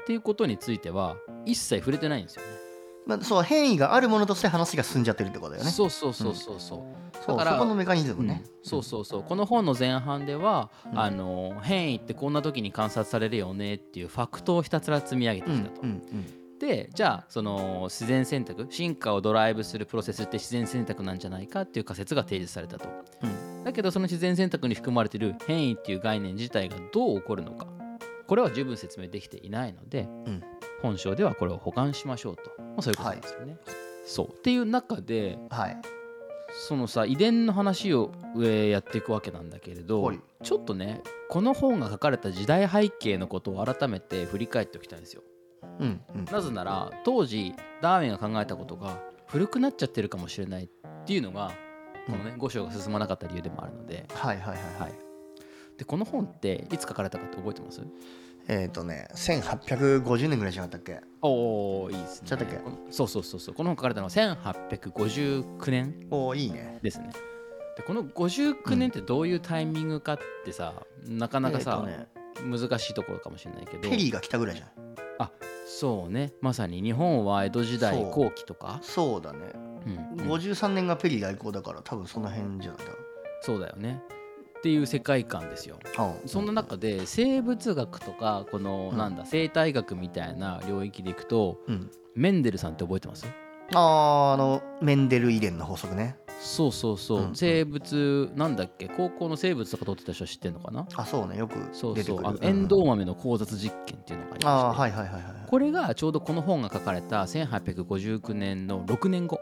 っていうことについては一切触れてないんですよね。まあそう変異があるものとして話が進んじゃってるってことだよねそうそうそうそうそう。そうだからそこのメカニズムねうんそうそうそうこの本の前半では、うんあの変異ってこんな時に観察されるよねっていうファクトをひたすら積み上げてうんうきんたと。うんでじゃあその自然選択進化をドライブするプロセスって自然選択なんじゃないかっていう仮説が提示されたと。うんだけどその自然選択に含まれている変異っていう概念自体がどう起こるのかこれは十分説明できていないので、うん本章ではこれを保管しましょうと、まあ、そういうことなんですよね。そうっていう中ではいそのさ遺伝の話を、えーやっていくわけなんだけれど、はいちょっとねこの本が書かれた時代背景のことを改めて振り返っておきたいんですようんうんなぜなら当時ダーウィンが考えたことが古くなっちゃってるかもしれないっていうのがこのね5章が進まなかった理由でもあるので、はいはいはいははいいでこの本っていつ書かれたかって覚えてますえっとね1850年ぐらいじゃなかったっけおおいいですねちょっとだけこのそうそうそうそうこの本書かれたのは1859年おおいいねですねでこの59年ってどういうタイミングかってさ、なかなかさ、えーとね難しいところかもしれないけどペリーが来たぐらいじゃないそうねまさに日本は江戸時代そう後期とかそうだねうんうん53年がペリー来航だから多分その辺じゃないそうだよねっていう世界観ですよかなそんな中で生物学とかこのうんなんだ生態学みたいな領域でいくとうんメンデルさんって覚えてますあああのメンデル遺伝の法則ねそうそうそう、うんうん生物なんだっけ高校の生物とか取ってた人は知ってんのかなあそうねよくそう出てそくうるあのうんエンドウ豆の交雑実験っていうのがありましてあーはいはいはいはいこれがちょうどこの本が書かれた1859年の6年後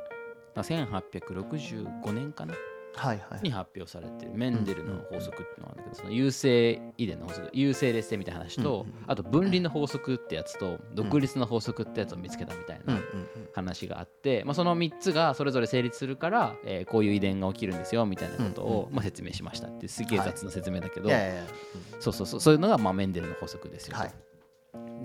だから1865年かなはいはいに発表されてるメンデルの法則っていうのがあるんだけどその優性遺伝の法則優性劣性みたいな話うんとうんあと分離の法則ってやつと独立の法則ってやつを見つけたみたいうんうなん話があって、まあ、その3つがそれぞれ成立するから、えーこういう遺伝が起きるんですよみたいなことうんをう、まあ、説明しましたっていうすげえ雑な説明だうけんど、いやいやいやそうそうそうそういうのがまあメンデルの法則ですよと、はい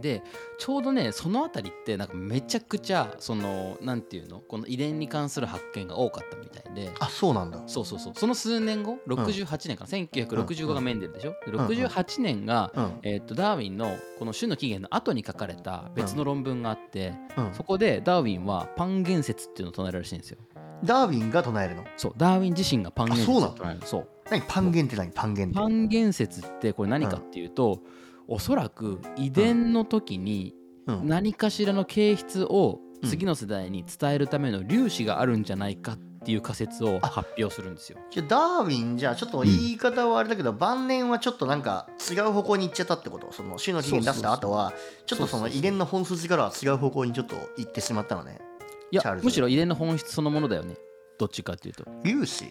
でちょうどねその辺りってなんかめちゃくちゃそのなんていうのこの遺伝に関する発見が多かったみたいで。あそうなんだそうそうそうその数年後68年かな、1965がメンデルでしょ、でんうん68年が、うんえーっとダーウィンのこの種の起源の後に書かれた別の論文があって、うんそこでダーウィンはパン言説っていうのを唱えるらしいんですよ。ダーウィンが唱えるのそう、ダーウィン自身がパン言説を唱える。そう何パンゲンって何パンゲンってパン言説ってこれ何かっていうと、おそらく遺伝の時にうん何かしらの形質をうん次の世代に伝えるための粒子があるんじゃないかっていう仮説をあ発表するんですよ。じゃあダーウィンじゃあちょっと言い方はあれだけど、晩年はちょっとなんか違う方向に行っちゃったってことその種の起源出した後はちょっとその遺伝の本筋からは違う方向にちょっと行ってしまったのねいチャーやルズむしろ遺伝の本質そのものだよね。どっちかっていうと。粒子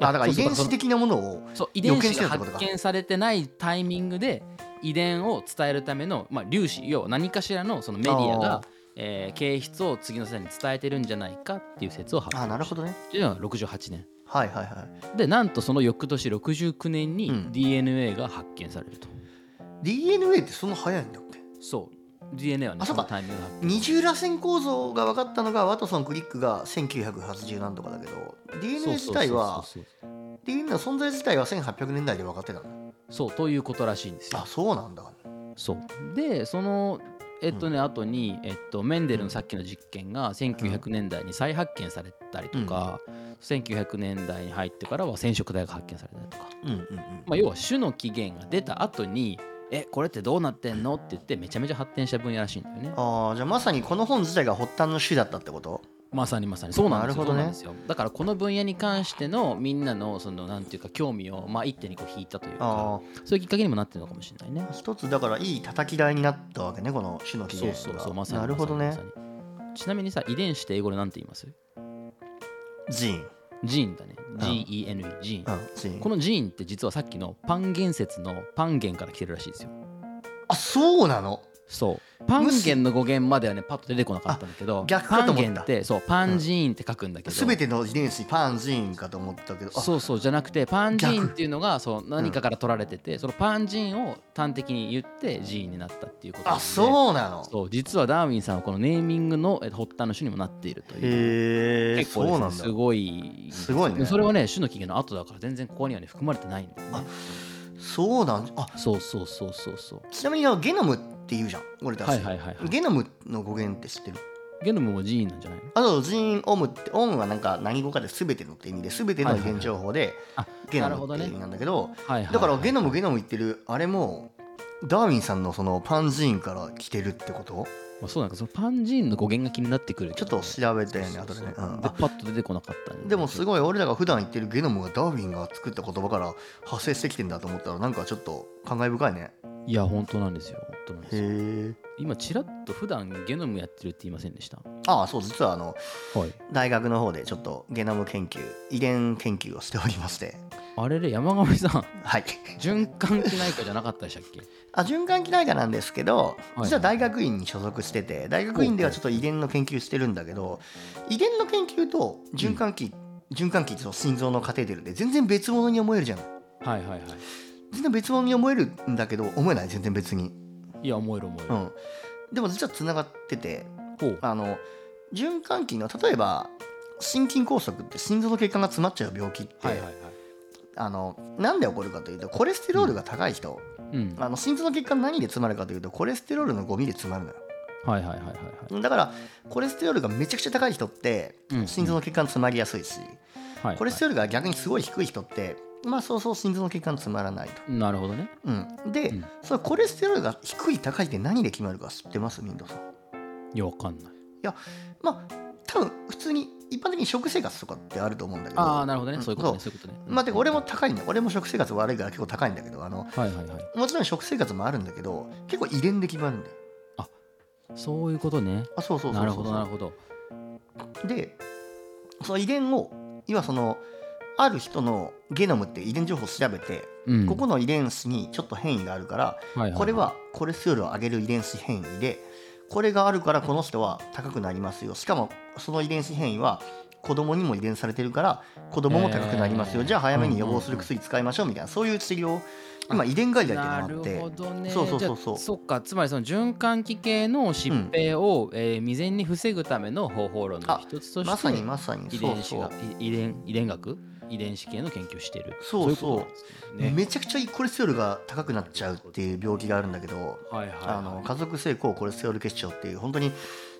あだから遺伝子的なものをそう遺伝予見子してたがってこと発か見されてないタイミングで遺伝を伝えるための、まあ、粒子要は何かしらのそのメディアあがー、えー形質を次の世代に伝えてるんじゃないかっていう説を発あ表なるほどねっていうのが68年はいはいはいでなんとその翌年69年にうん DNA が発見されると、 DNA ってそんな早いんだってそう DNA はねあそそうかのタイミングで発二重螺旋構造が分かったのがワトソン・クリックが1980何とかだけど DNA 見そ自うそうそう体そうはそう DNA の存在自体は1800年代で分かってたのそうということらしいんですよあそうなんだそうでそのえっとね、後に、えっと、メンデルのさっきの実験が1900年代に再発見されたりとか、1900年代に入ってからは染色体が発見されたりとか、うんうんうんまあ、要は種の起源が出た後にえこれってどうなってんのって言ってめちゃめちゃ発展した分野らしいんだよねあーじゃあまさにこの本自体が発端の種だったってことまさにまさにそうなんですなよ,、るほどねそうなんですよだからこの分野に関してのみんなのそのなんていうか興味をまあ一手にこう引いたというあかそういうきっかけにもなってるのかもしれないねあ一つだからいい叩き台になったわけねこの種の起そう源そうがそうまさになるほどまねさにまさにちなみにさ遺伝子って英語でなんて言いますジーンジーンだねん GENE ジーンうんジーンこのジーンって実はさっきのパンゲン説のパンゲンから来てるらしいですよあそうなのそうパンゲンの語源まではねパッと出てこなかったんだけどあ逆かパとン思ったゲンってそうパンジーンって書くんだけど、全ての遺伝子パンジーンかと思ったけどあそうそうじゃなくてパンジーン逆っていうのがそう何かから取られてて、そのパンジーンを端的に言ってジーンになったっていうことあうそうなのそう実はダーウィンさんはこのネーミングのえ発端の種にもなっているというへえ結構そうなんす,、だすごいすごいねそれはね種の起源の後だから全然ここにはね含まれてないんだよねそうなんあそうそうそうそうそうちなみにあのゲノムって言うじゃん俺たち、はいはいはいはいゲノムの語源って知ってるゲノムもジーンなんじゃないのあとジーンオムってオムはなんか何語かで全てのって意味で全ての遺伝情報ではいはいゲノなるほムどってねいう意味なんだけどはいはいはいだからゲノムゲノム言ってるあれもダーウィンさんのそのパンジーンから来てるってことまあそうなんかそのパンジーンの語源が気になってくるちょっとら調べたよね後でね、うんであパッと出てこなかったんよねでもすごい俺らが普段言ってるゲノムがダーウィンが作った言葉から発生してきてんだと思ったらなんかちょっと感慨深いねいや本当なんですよ本当なんですよへえ今ちらっと普段ゲノムやってるって言いませんでしたああそう実はあのはい大学の方でちょっとゲノム研究遺伝研究をしておりまして あれれ山上さ んはい循環器内科じゃなかったでしたっけあ循環器内科なんですけどいはい実は大学院に所属してて大学院ではちょっと遺伝の研究してるんだけど遺伝の研究と循環器、循環器と心臓のカテーテルって全然別物に思えるじゃんはいはいはい全然別物に思えるんだけど思えない全然別にいや思える思える、うんでも実はつながっててほうあの循環器の例えば心筋梗塞って心臓の血管が詰まっちゃう病気って、はいはいはいあのなんで起こるかというとコレステロールが高い人、うんあの心臓の血管何で詰まるかというとコレステロールのゴミで詰まるのよはいはいはいはいはいだからコレステロールがめちゃくちゃ高い人ってうん心臓の血管詰まりやすいし、はいコレステロールが逆にすごい低い人ってまあそうそう心臓の血管詰まらないと、なるほどねうん、で、うんそのコレステロールが低い高いって何で決まるか知ってますミンドさんいやわかんないまあ多分普通に一般的に食生活とかってあると思うんだけどああなるほどね、うんそういうことねそういうことね、まあてかうん俺も高いね俺も食生活悪いから結構高いんだけどあのはいはいはいもちろん食生活もあるんだけど結構遺伝で決まるんだよそういうことねあそうそうそうそうなるほどなるほどでその遺伝を要はそのある人のゲノムって遺伝情報を調べて、うんここの遺伝子にちょっと変異があるから、はいいいこれはコレステロールを上げる遺伝子変異でこれがあるからこの人は高くなりますよしかもその遺伝子変異は子供にも遺伝されてるから子供も高くなりますよ、えーじゃあ早めに予防する薬使いましょうみたいな、そういう治療今遺伝外来っていうのがあなってるほどねそうそうそうじゃそうあそっかつまりその循環器系の疾病を、えー未然に防ぐための方法論の一つとしてまさにまさに遺そう伝子そがうい遺伝遺伝学遺伝子系の研究をしてるそうそういことなんですねめちゃくちゃコレステロールが高くなっちゃうっていう病気があるんだけどはいはいはいあの家族性高コレステロール血症っていう本当に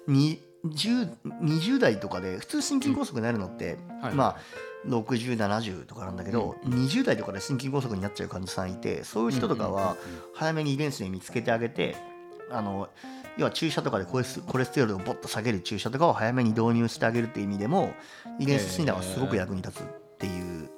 に10 20代とかで普通心筋梗塞になるのって、はいまあ6070とかなんだけど、うん20代とかで心筋梗塞になっちゃう患者さんいてそういう人とかは早めに遺伝子で見つけてあげてあの要は注射とかでコレスコレステロールをボッと下げる注射とかを早めに導入してあげるっていう意味でも遺伝子診断はすごく役に立つっていう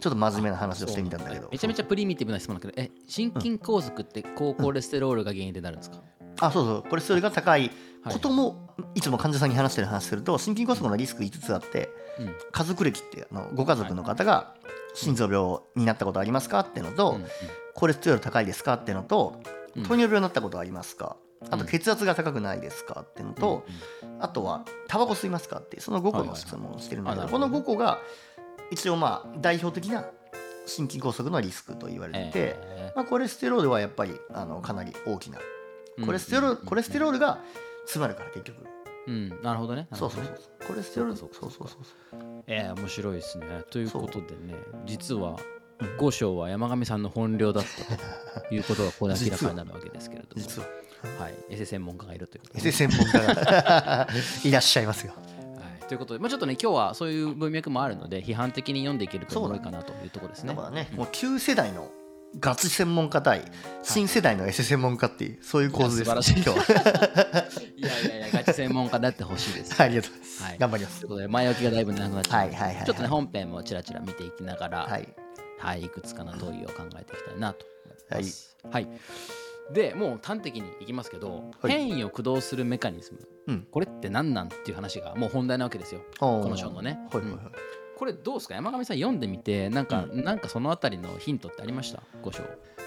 ちょっと真面目な話をしてみたんだけどめちゃめちゃプリミティブな質問だけどえ心筋梗塞って高コレステロールが原因でなるんですか、あそうそうコレステロールが高いはいこともいつも患者さんに話してる話すると心筋梗塞のリスク5つあってうん家族歴ってあのご家族の方が心臓病になったことありますかってのと、うんうんコレステロール高いですかってのとうん糖尿病になったことありますか、あとうん血圧が高くないですかってのと、あとはタバコ吸いますかっていうその5個はいのはい質問をしてるんだけど、あなこるほどの5個が一応まあ代表的な心筋梗塞のリスクと言われてて、えまあ、コレステロールはやっぱりあのかなり大きなーコレステロール、コレステローールが詰まるから結局、ル、うんなるほどねなるそほうどそうねそうコレステロールそうかそそううそうそうえー面白いですね。ということでね、実はうん五章は山上さんの本領だったということがここで明らかになるわけですけれども、実ははい、エセ専門家がいるということエでセ専門家 がいらっしゃいますよはい、ということで、まあ、ちょっとね、今日はそういう文脈もあるので、批判的に読んでいけるとそうだ多ねいかなというところですだねか。らねもう旧世代のガチ専門家対新世代のエセ専門家っていうそういう構図です、いや素晴らしい今日はいやいやいや、ガチ専門家だってほしい です。はいありがとうございます、はい頑張りまというすことで、前置きがだいぶ長くなっちゃうので、はいはいはいはいちょっとね、本編もちらちら見ていきながら、はいはい、いくつかの問いを考えていきたいなと思います。はい、でもう端的にいきますけど、はい変異を駆動するメカニズム、うんこれって何なんっていう話がもう本題なわけですよ、ここの章のね。はいはいうんはいこれどうですか、山上さん読んでみて、なんか、うなんかそのあたりのヒントってありました、5章。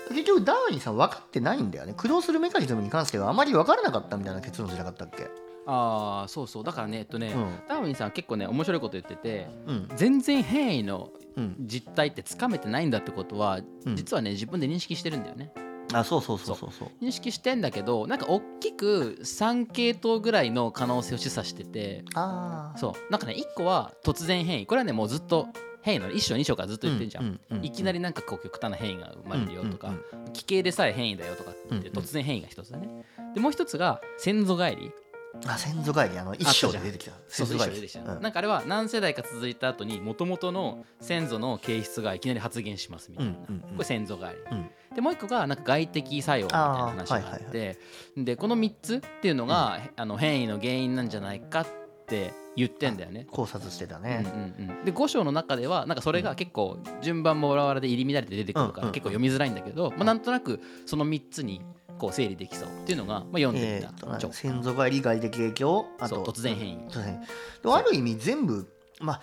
結局ダーウィンさん分かってないんだよね駆動するメカニズムに関してはあまり分からなかったみたいな結論じゃなかったっけああ、そうそう、だからね、えっとね、うんダーウィンさん結構ね、面白いこと言ってて、うん全然変異のうん実態ってつかめてないんだってことは、うん実はね、自分で認識してるんだよね。あそうそうそうそうそう認識してんだけどなんか大きく3系統ぐらいの可能性を示唆しててああそうなんかね1個は突然変異これはねもうずっと変異の1章2章からずっと言ってんじゃん、いきなりりなんかこう極端な変異が生まれるよとか、奇形でさえ変異だよとかって言ってうんうん突然変異が一つだね、でもう一つが先祖返りあ先祖返りあの一章で出てきたそ先うそう祖返一章り出てきた、うんなんかあれは何世代か続いた後にもともとの先祖の形質がいきなり発現しますみたいな、うんうんうんこれ先祖返り、うんでもう一個がなんか外的作用みたいな話があってあーはいはいでこの3つっていうのが、あの変異の原因なんじゃないかって言ってんだよね。考察してたうんね、うんうん、で5章の中ではなんかそれが結構順番もバラバラで入り乱れて出てくるかうんうんうらん結構読みづらいんだけど、まあ、なんとなくその3つにこう整理できそうっていうのが、まあ、読んでみえたーっとなん章だ先祖返り外的影響あそとう突然変異突然変異でもある意味全部まあ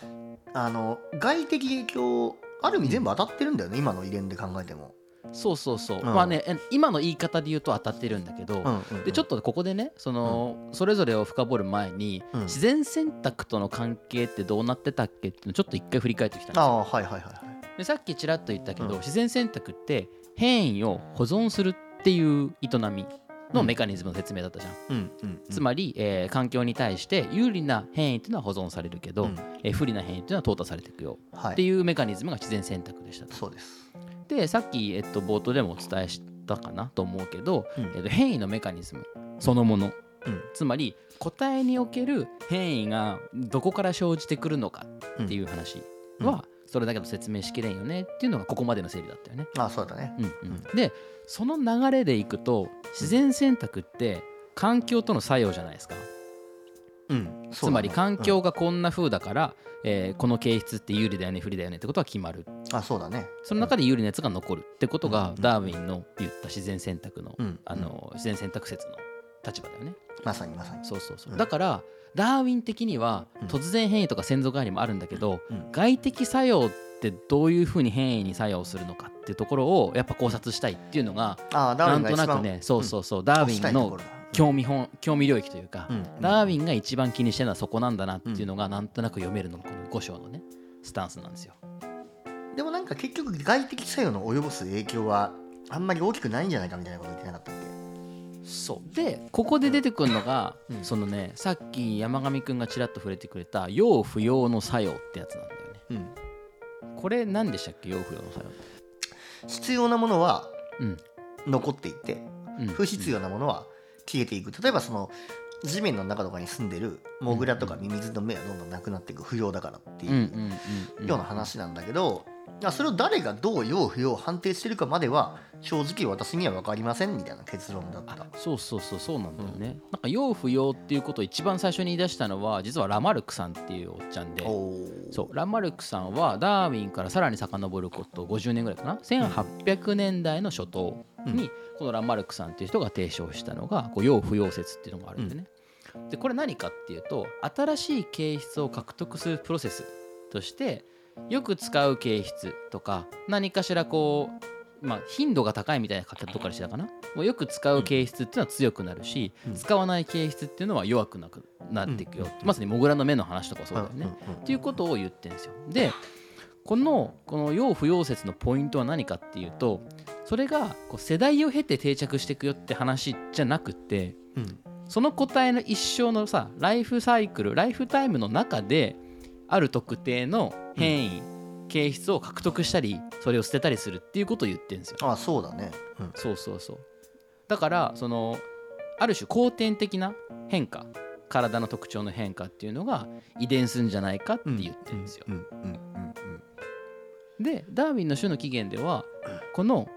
あの外的影響ある意味全部当たってるんだよね今の遺伝で考えても、そうそうそう、んまあねえ今の言い方で言うと当たってるんだけど、うんうんうんでちょっとここでねその、それぞれを深掘る前に、うん自然選択との関係ってどうなってたっけっていうのをちょっと一回振り返ってきたんですあよあはいはいはいはいでさっきちらっと言ったけど、うん自然選択って変異を保存するっていう営みのメカニズムの説明だったじゃん、うんうんつまり、えー環境に対して有利な変異っていうのは保存されるけど、うんえー不利な変異っていうのは淘汰されていくより、はい、っていうメカニズムが自然選択でしたとそうです、でさっき、えっと、冒頭でもお伝えしたかなと思うけど、うんえっと、変異のメカニズムそのものうんつまり個体における変異がどこから生じてくるのかっていう話うんうんはそれだけど説明しきれんよねっていうのがここまでの整理だったよね。ああそうだったねうんうん、でその流れでいくと自然選択って環境との作用じゃないですか。うん、つまり環境がこんな風だから、えーこの形質って有利だよね不利だよねってことは決まるが、あそうだねその中で有利なやつが残るってことうがんダーウィンの言った自然選択の,、うんあの自然選択説の立場だよねまさにまさにそうそうそう、うんだからダーウィン的にはうん突然変異とか先祖返りもあるんだけど、うん外的作用ってどういうふうに変異に作用するのかっていうところをやっぱ考察したいっていうのがああダーウなィンがんと一なく番ねそうそうそうダーウ推したィいンとこのろだ興味本興味領域というか、うんダーウィンが一番気にしてるのはそこなんだなっていうのがなんとなく読めるのがこの5章のねスタンスなんですよ。でもなんか結局外的作用の及ぼす影響はあんまり大きくないんじゃないかみたいなこと言ってなかったっけそうでここで出てくるのが、うんそのねさっき山上くんがちらっと触れてくれた「要不要の作用」ってやつなんだよね。うんこれ何でしたっけ要不要の作用って必要なものはうん残っていってうん不必要なものは消えていく例えばその地面の中とかに住んでるモグラとかミミズの目はどんどんなくなっていく不要だからってうんうんいううんうんような話なんだけど、まあそれを誰がどう要不要判定してるかまでは正直私には分かりませんみたいな結論だったあ。そうそうそうそうなんだよね、なんか要不要っていうことを一番最初に言い出したのは実はラマルクさんっていうおっちゃんでおーそうラマルクさんはダーウィンからさらに遡ること50年ぐらいかな1800年代の初頭にこのラマルクさんっていう人が提唱したのがこう要不要説っていうのがあるんでね、でこれ何かっていうと新しい形質を獲得するプロセスとしてよく使う形質とか何かしらこう、まあ、頻度が高いみたいな書き方とかでしたかなもうよく使う形質っていうのは強くなるし、うん使わない形質っていうのは弱くなくなっていくよ、うんまさにモグラの目の話とかそうだよね、うんうんうんっていうことを言ってるんですよ。でこのこの要不要説のポイントは何かっていうとそれがこう世代を経て定着していくよって話じゃなくてうんその個体の一生のさライフサイクルライフタイムの中である特定の変異、形質を獲得したりそれを捨てたりするっていうことを言ってるんですよ。ああそうだね。うんそうそうそうだからそのある種後天的な変化体の特徴の変化っていうのが遺伝するんじゃないかって言ってるんですよ。うんうんうんうんでダーウィンの種の起源ではこの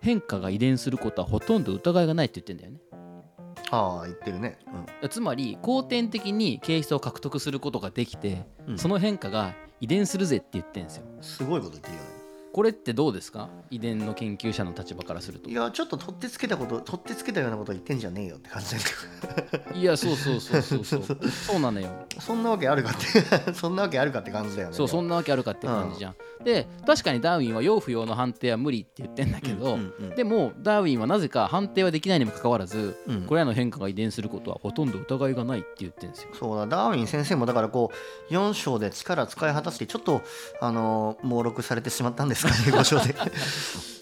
変化が遺伝することはほとんど疑いがないって言ってんだよねああ言ってるね。つまり後天的に形質を獲得することができて、うんその変化が遺伝するぜって言ってんですようんすごいこと言ってるよね。これってどうですか遺伝の研究者の立場からするといやちょっと取ってつけたこと取ってつけたようなこと言ってんじゃねえよって感じだけいやそうそうそうそうそう そうなのよど そんなわけあるかって そんなわけあるかって感じだよね。そうそんなわけあるかって感じじゃん、で確かにダーウィンは要不要の判定は無理って言ってんだけど、うんうんうんでもダーウィンはなぜか判定はできないにもかかわらず、うんこれらの変化が遺伝することはほとんど疑いがないって言ってるんですよそうだダーウィン先生もだからこう4章で力使い果たしてちょっとあのー、猛録されてしまったんですかね5章 で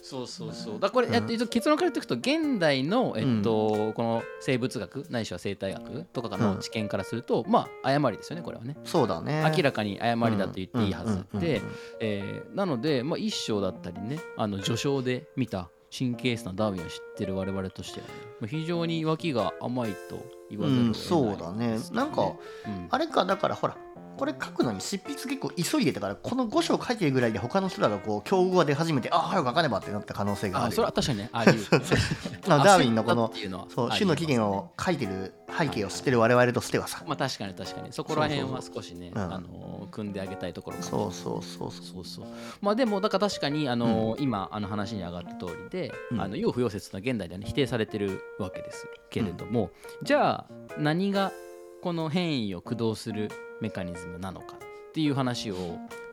そうそうそうだからこれ、えっと一応結論から言っておくと現代の、えっとこの生物学ないしは生態学とかうのん知見からすると、まあ誤りですよねこれはねそうだね明らかに誤りだと言っていいはずうんうんうんうでんえーなので、まあ、一章だったりねあの序章で見た神経質なダーウィンを知ってる我々としては、ねまあ非常に脇が甘いと言わざるを得ないですうんそうだねなんかうんあれかだからほらこれ書くのに執筆結構急いでたからこの5章書いてるぐらいで他の人らがこう競合が出始めてああ早く書かねばってなった可能性がああるそれは確かにねあり得る まあダーウィンのこの焦ったっていうのはそうあり得ますね種の起源を書いてる背景を知ってる我々としてはさまあ確かに確かにそこら辺は少しねそうそうそうあのー組んであげたいところかなそうそうそうそうそうそうまあでもだから確かにあのー、今あの話に上がった通りで、うんあの要不要説の現代では、ね、否定されてるわけですけれども、じゃあ何がこの変異を駆動するメカニズムなのかっていう話を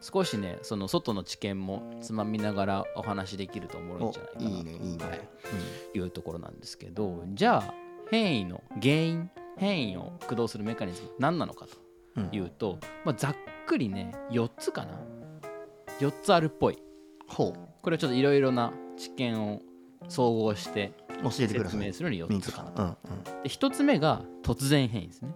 少しねその外の知見もつまみながらお話しできるとおもろいんじゃないかおなといいねいいねはいいうところなんですけどじゃあ変異の原因変異を駆動するメカニズム何なのかとうんうん言うと、まあ、ざっくりね4つかな4つあるっぽいほこれはちょっといろいろな知見を総合してう教えてくだ説さ明いするのに4三つつかかなな、うんうん、で1つ目が突然変異ですね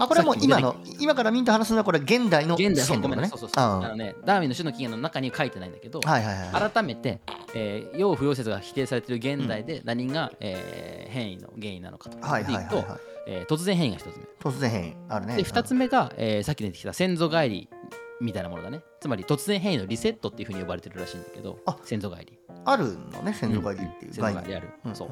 あこれはもう今さのっきも出てきました今からミンと話すのはこれ現代の現代試験ごだもめんねねそうそうそうああのねダーウィンの種の起源の中には書いてないんだけど、はいはいはい改めて、えー要不要説が否定されている現代で何が、えー変異の原因なのかとはいはい言はういと、はえー突然変異が1つ目い突然変異あるねで2つ目が、えーさっき出てきた先祖返りみたいなものだねつまり突然変異のリセットっていうふうに呼ばれてるらしいんだけどあ先祖返りあるのね先祖返りっていう先祖概返り念ある、うんそう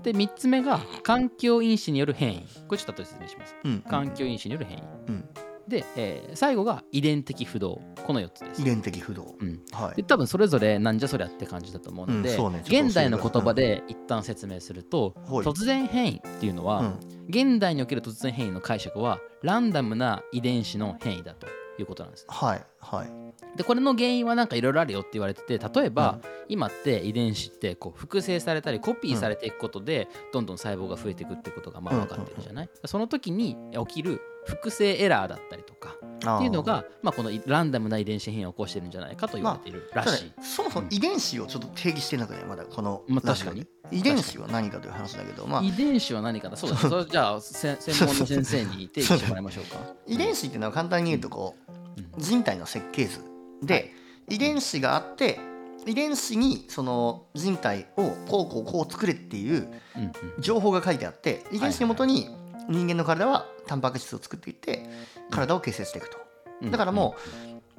で3つ目が環境因子による変異これちょっと後で説明しますうん環境因子による変異うんで、えー最後が遺伝的不動この4つです遺、伝的不動うん、はでい多分それぞれなんじゃそりゃって感じだと思うので、うんそうねちょっと教えて現代の言葉で一旦説明すると、はい突然変異っていうのは、うん現代における突然変異の解釈はランダムな遺伝子の変異だということなんですはいはいでこれの原因はなんかいろいろあるよって言われてて例えば、今って遺伝子ってこう複製されたりコピーされていくことで、どんどん細胞が増えていくってことがまあうん分かってるじゃない、その時に起きる複製エラーだったりとかあーっていうのがまあ、このランダムな遺伝子変異を起こしてるんじゃないかと言われているらただしいね、そもそも遺伝子をちょっと定義してなくてまだこのまあラジオで確遺伝子は何かという話だけどまあ遺伝子は何かだそうだそれじゃあせ専門の先生に定義してもらいましょうか遺伝子っていうのは簡単に言うとこう、うん人体の設計図で、遺伝子があって遺伝子にその人体をこうこうこう作れっていううんうん情報が書いてあって遺伝子のもとに人間の体はタンパク質を作っていって体を形成していくとうんだからも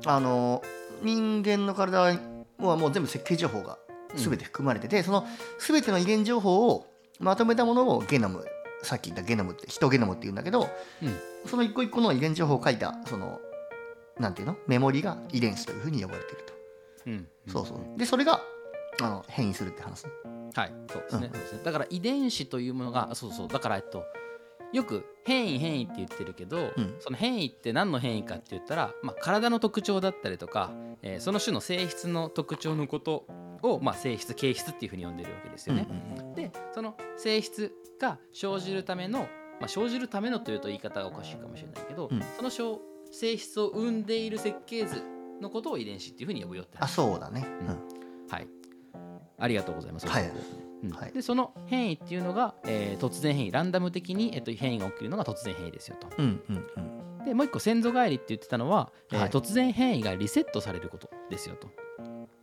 うあの人間の体はもう全部設計情報が全て含まれててその全ての遺伝情報をまとめたものをゲノムさっき言ったゲノムって人ゲノムっていうんだけどうんその一個一個の遺伝情報を書いたそのなんていうのメモリが遺伝子というふうに呼ばれていると、うんうんそうそうでそれがあの変異するって話ねはい、そうですね,、うんそうですねだから遺伝子というものがあそうそうだからえっとよく変異変異って言ってるけど、うんその変異って何の変異かって言ったら、まあ、体の特徴だったりとか、えーその種の性質の特徴のことを、まあ、性質形質っていうふうに呼んでるわけですよね。でその性質が生じるための、まあ、生じるためのというと言い方がおかしいかもしれないけど、うんその生性質を生んでいる設計図のことを遺伝子っていうふうに呼ぶよって話あそうだね、うんはい。ありがとうございます。はい教えてくれてうんはいでその変異っていうのが、えー突然変異ランダム的に、えっと変異が起きるのが突然変異ですよと。うん、うんうんうんでもう一個先祖返りって言ってたのは、えーはい突然変異がリセットされることですよと。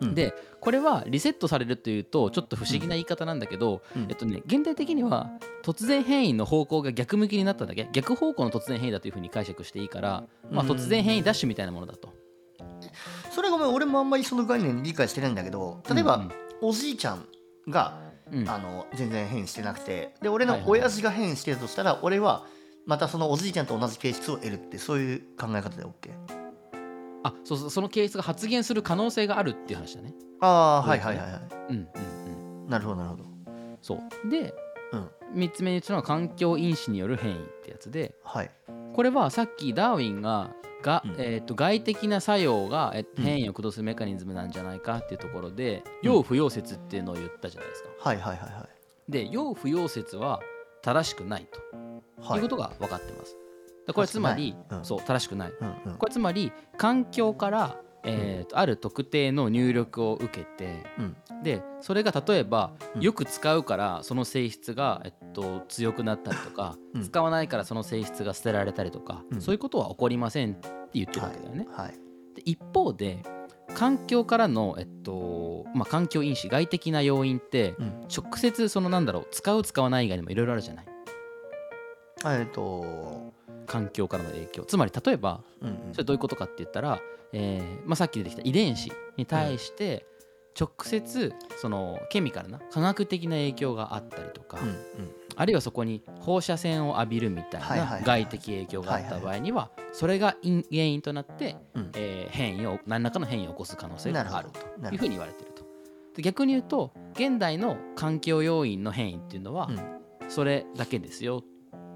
うんでこれはリセットされるというとちょっと不思議な言い方なんだけど、うんえっとね、現代的には突然変異の方向が逆向きになっただけ逆方向の突然変異だというふうに解釈していいから、まあ、うん突然変異ダッシュみたいなものだと。それごめん俺もあんまりその概念理解してないんだけど例えば、おじいちゃんがうん、うんあの全然変異してなくてで俺のはいはいはい親父が変異してるとしたら、俺はまたそのおじいちゃんと同じ形質を得るってそういう考え方で OK あそうそうその形質が発現する可能性があるっていう話だね。ああそうはでいはいすねはいはいうんうんなるほどなるほどうん、そうでうん3つ目に言ったのは環境因子による変異ってやつではいこれはさっきダーウィンがが、うんえー、と外的な作用が、えうん変異を駆動するメカニズムなんじゃないかっていうところで、要不要説っていうのを言ったじゃないですか。はいはいはいはいで要不要説は正しくないとはいいうことが分かってます。だからこれつまり正しくないうんそう正しくないうんうんこれつまり環境から、えーとある特定の入力を受けてうんでそれが例えばうんよく使うからその性質が、えっと、強くなったりとうか、ん使わないからその性質が捨てられたりとか、うんそういうことは起こりませんって言ってるわはけだよね。いはいで一方で環境からの、えっとまあ、環境因子外的な要因って、うん直接そのなんだろう使う使わない以外にもいろいろあるじゃないえっと環境からの影響つまり例えばうんうんそれどういうことかって言ったら、えーまあ、さっき出てきた遺伝子に対して直接そのケミカルな科学的な影響があったりとか、うんうんあるいはそこに放射線を浴びるみたいはいはいなはい外的影響があった場合にはそれが因原因となって、うんえー変異を何らかの変異を起こす可能性があるとないるほうふうどに言われてると。で逆に言うと現代の環境要因の変異っていうのはうんそれだけですよ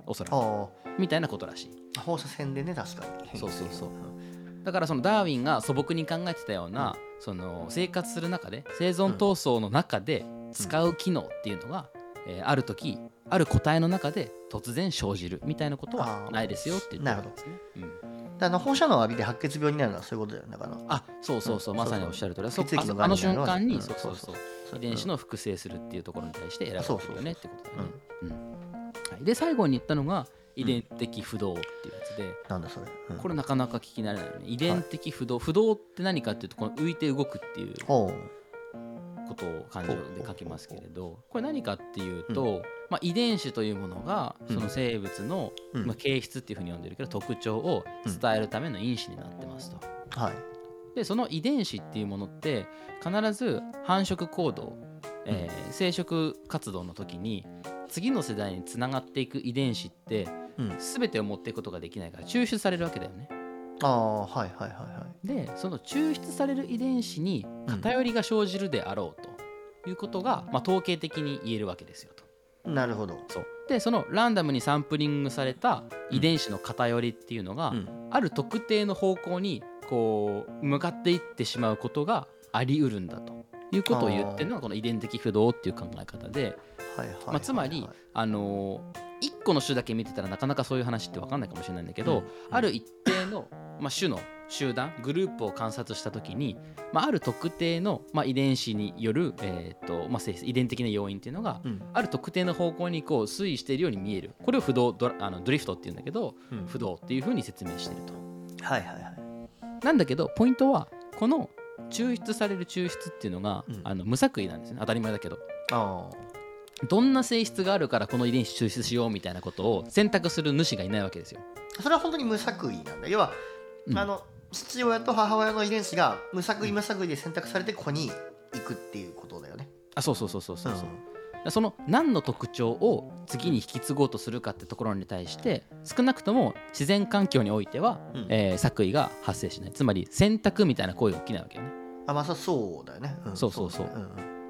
おそらくあみたいなことらしい。あ放射線でね確かにそうそうそうんだからそのダーウィンが素朴に考えてたような、その生活する中で生存闘争の中で使う機能っていうのが、えーある時ある個体の中で突然生じるみたいなことはあーないですよって言ってるわけですね。うんであの放射能を浴びて白血病になるのはそういうことだよねだからあそうそうそうう、んまさにおっしゃる通りだそそうそうあそあの血液瞬のが間んにになるそうそうそうそう遺伝子の複製するっていうところに対して選ばれてるよねってことだよね。うんはい、で最後に言ったのが遺伝的不動っていうやつで。なんだそれうんこれなかなか聞き慣れないよね遺伝的不動、不動って何かっていうとこの浮いて動くっていうおうことを感情で書きますけれどこれ何かっていうと、まあ、遺伝子というものがうんその生物の、うんまあ、形質っていうふうに呼んでるけど特徴を伝えるための因子になってますと。はいでその遺伝子っていうものって必ず繁殖行動、えー生殖活動の時に次の世代につながっていく遺伝子ってうん、全てを持っていくことができないから抽出されるわけだよね。ああはいはいはいはいでその抽出される遺伝子に偏りが生じるであろうということが、まあ、統計的に言えるわけですよと。なるほど、そうでそのランダムにサンプリングされた遺伝子の偏りっていうのが、うん、ある特定の方向にこう向かっていってしまうことがあり得るんだということを言ってるのがこの遺伝的不動っていう考え方で、はいはいはいはい、まあ、つまり、あの1個の種だけ見てたらなかなかそういう話って分かんないかもしれないんだけうど、んある一定の、まあ、種の集団グループを観察した時に、まあ、ある特定の、まあ、遺伝子による、えーとまあ、性質遺伝的な要因っていうのがうんある特定の方向にこう推移しているように見えるこれを不動ドラあのドリフトっていうんだけどうん、不動っていうふうに説明していると。はいはいはいなんだけどポイントはこの抽出される抽出っていうのが、うんあの無作為なんですね当たり前だけどあどんな性質があるからこの遺伝子抽出しようみたいなことを選択する主がいないわけですよ。あそれは本当に無作為なんだ要は、うんあの父親と母親の遺伝子が無作為無作為で選択されて子に行くっていうことだよねあそうそうそうそうそうそう、んその何の特徴を次に引き継ごうとするかってところに対して少なくとも自然環境においては、うんえー作為が発生しないつまり選択みたいな行為が起きないわけよねあまあそそうだよね、んそうそうそうだね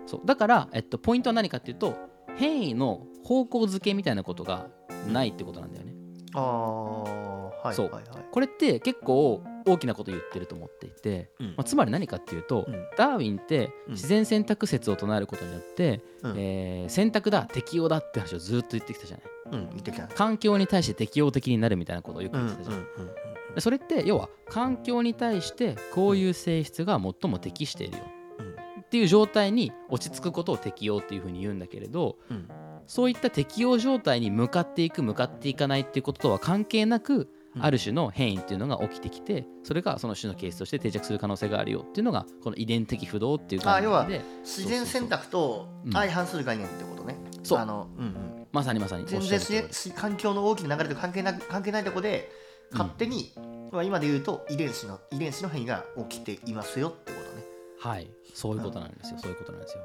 んそうだから、えっと、ポイントは何かっていうと変異の方向づけみたいなことがないってことなんだよねああはいそうはいはいこれって結構大きなこと言ってると思っていて、うんまあ、つまり何かっていうと、うんダーウィンってうん自然選択説を唱えることによって、うんえー選択だ適応だって話をずっと言ってきたじゃないうん言ってきたね環境に対して適応的になるみたいなことをよくうん言うっんてたじゃない、んうんうんでそれって要は環境に対してこういう性質が最も適しているようんっていう状態に落ち着くことを適応っていうふうに言うんだけれどうんそういった適応状態に向かっていく向かっていかないっていうこととは関係なくうんある種の変異っていうのが起きてきてそれがその種のケースとして定着する可能性があるよっていうのがこの遺伝的不動っていうあ概要は念で自然選択とうん相反する概念ってことね、そうあの、うんうん、まさにまさにおっしゃ全る然通自り然環境の大きな流れと関係なく関係ないとこでうん勝手に、まあ今で言うと遺伝子の遺伝子の変異が起きていますよってことねはいそういうことなんですよそういうことなんですよ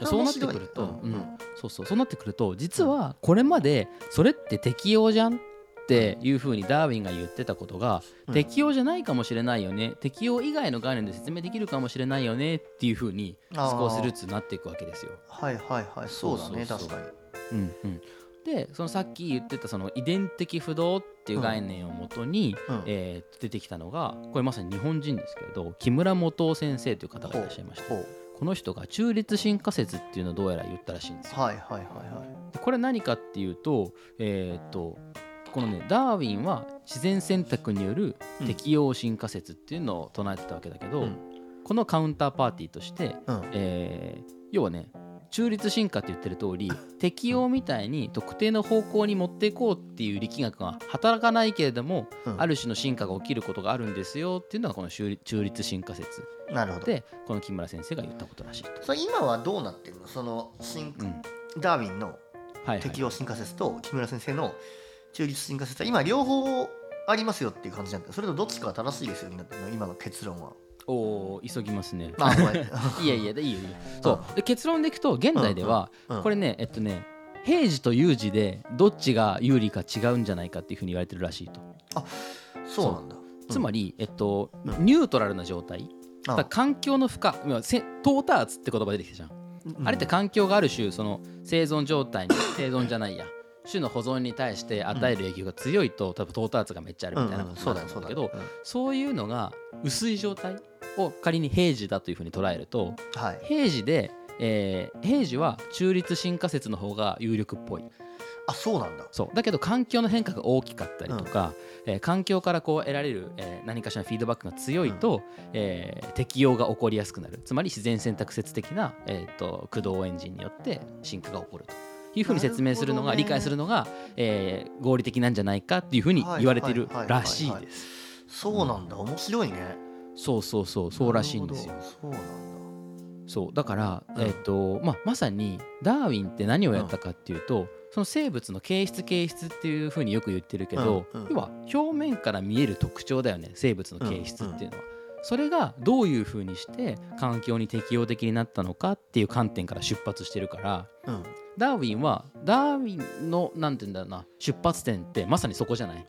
うんそうなってくると、面白いうんうんそうそうそうなってくると実はこれまでそれって適用じゃんっていうふうにダーウィンが言ってたことが、うん適用じゃないかもしれないよね適用以外の概念で説明できるかもしれないよねっていうふうにあー少しずつなっていくわけですよ。はいはいはいそうだねそうそうそう確かうんうん、でそのさっき言ってたその遺伝的不動っていう概念をもとに、うんうんえー出てきたのがこれまさに日本人ですけれど木村元先生という方にがいらっしゃいましたほうこの人が中立進化説っていうのをどうやら言ったらしいんですよ。はいはいはいでこれ何かっていうと,、えー、とこのねダーウィンは自然選択によるうん適応進化説っていうのを唱えてたわけだけど、うんこのカウンターパーティーとして、はいうんえー要はね中立進化って言ってる通り適応みたいに特定の方向に持っていこうっていう力学が働かないけれども、うんある種の進化が起きることがあるんですよっていうのがこの中立中立進化説なるほどでこの木村先生が言ったことらしいと。それ今はどうなってるのその進うんダーウィンのはいはい適応進化説と木村先生の中立進化説は今両方ありますよっていう感じなんだけどそれとどっちかが正しいですよになってるの今の結論はおー急ぎますね。あごめ んいやいやでいいよいいよそうで結論でいくと現在ではうんこれねえっとね平時と有事でどっちが有利か違うんじゃないかっていうふうに言われてるらしいとそうなんだつまりえっとうんニュートラルな状態あだから環境の負荷今せトーターツって言葉出てきたじゃんあれって環境がある種その生存状 態に生存じゃないや種の保存に対して与える影響が強いと多分トーターツがめっちゃあるみたいなうんうこんとそうにだよなそうだると思うんだけよどそういうのが薄い状態を仮に平時だというふうに捉えるとうんはい平時で、えー平時は中立進化説の方が有力っぽいあそうなんだそうだけど環境の変化が大きかったりとか、えー環境からこう得られる、えー何かしらのフィードバックが強いと、えー適応が起こりやすくなるつまり自然選択説的な、えー、と駆動エンジンによって進化が起こるというふうに説明するのがなるほどね理解するのが、えー合理的なんじゃないかっていうふうに言われているらしいはいはいはいはいではす。そうなんだ面白いねそうそうそうそうらしいんですよな。るほどそうなんそうだから、うんえっとまあ、まさにダーウィンって何をやったかっていうと、その生物の形質形質っていうふうによく言ってるけど、うんうん要は表面から見える特徴だよね生物の形質っていうのは。それがどういうふうにして環境に適応的になったのかっていう観点から出発してるからだうんダーウィンはダーウィンのなんて言うんだろうな出発点ってまさにそこじゃない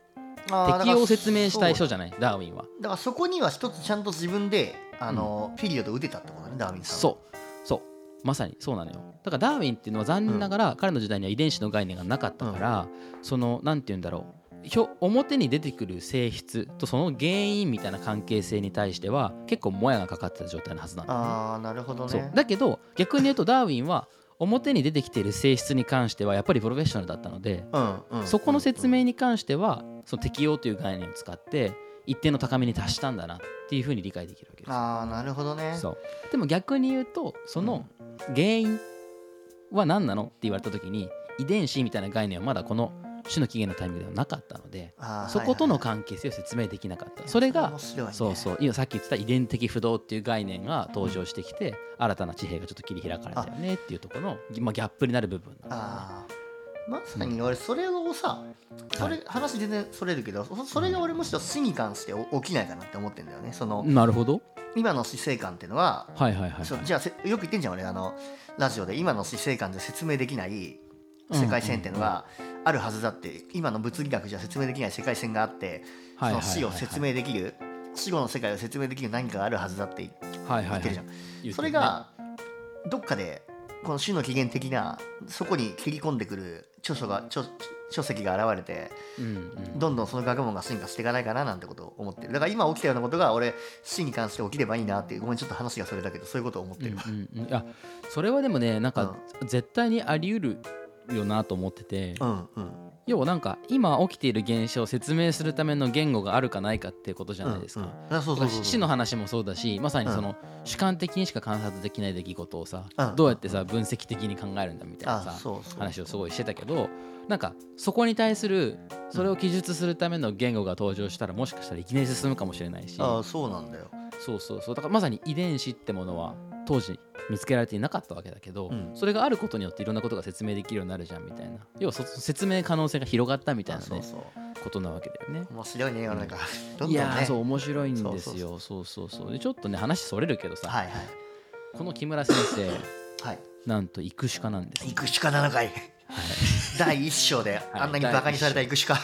敵を説明したい人じじゃないダーウィンはだからそこには一つちゃんと自分であの、ピリオド打てたってことだねダーウィンさんはそうそうまさにそうなのよだからダーウィンっていうのは残念ながら彼の時代には遺伝子の概念がなかったから、そのなんて言うんだろうひょ表に出てくる性質とその原因みたいな関係性に対しては結構もやがかかってた状態のはずなんだよねああなるほどねそうだけど逆に言うとダーウィンは表に出てきている性質に関してはやっぱりプロフェッショナルだったのでうんうん、そこの説明に関してはその適応という概念を使って一定の高めに達したんだなっていうふうに理解できるわけですよ。ああなるほどねそうでも逆に言うとその原因は何なのって言われた時に遺伝子みたいな概念はまだこの種の起源のタイミングではなかったのであーそことのはいはい関係性を説明できなかったそれが面白いねそうそう今さっき言ってた遺伝的不動っていう概念が登場してきて新たな地平がちょっと切り開かれたよねっていうところのぎまあギャップになる部分なんだよねああまさに俺それをさそれ話全然それるけどそそれが俺むしろ死に関してお起きないかなって思ってんだよねそのなるほど今の死生観っていうのははいはいはいはいそうじゃあせよく言ってんじゃん俺あのラジオで今の死生観で説明できない世界線っていうのがあるはずだって今の物理学じゃ説明できない世界線があってそはいはのいはいは死をい説明できる死後の世界を説明できる何かがあるはずだってはいは言っいはいてるじゃん言うそれがどっかでこの種の起源的なそこに切り込んでくる著書が著書籍が現れてねうんうんどんどんその学問が進化していかないかななんてことを思ってるだから今起きたようなことが俺死に関して起きればいいなっていうごめんちょっと話がそれだけどそういうことを思ってる、うん うんうん、いやそれはでもねなんか絶対にあり得るよなと思ってて、うんうん要はなんか今起きている現象を説明するための言語があるかないかってことじゃないですうか。んうんあそうそうそうそう死の話もそうだしまさにその主観的にしか観察できない出来事をさ、うんどうやってさ分析的に考えるんだみたいあなさそうそう話をすごいしてたけどなんかそこに対するそれを記述するための言語が登場したらもしかしたらいきなり進むかもしれないしあそうなんだよそうそうそうだからまさに遺伝子ってものは当時見つけられていなかったわけだけど、うんそれがあることによっていろんなことが説明できるようになるじゃんみたいな要はそ説明可能性が広がったみたいあな、ね、そうそうことなわけだよね。面白いね世の中どんどんいねやーそうう面白いんですよそうそうそうでちょっとね話それるけどさ、はいはいこの木村先 生はいなんと育種家なんです行くしかなのかい第一章であんなにバカにされた行くしか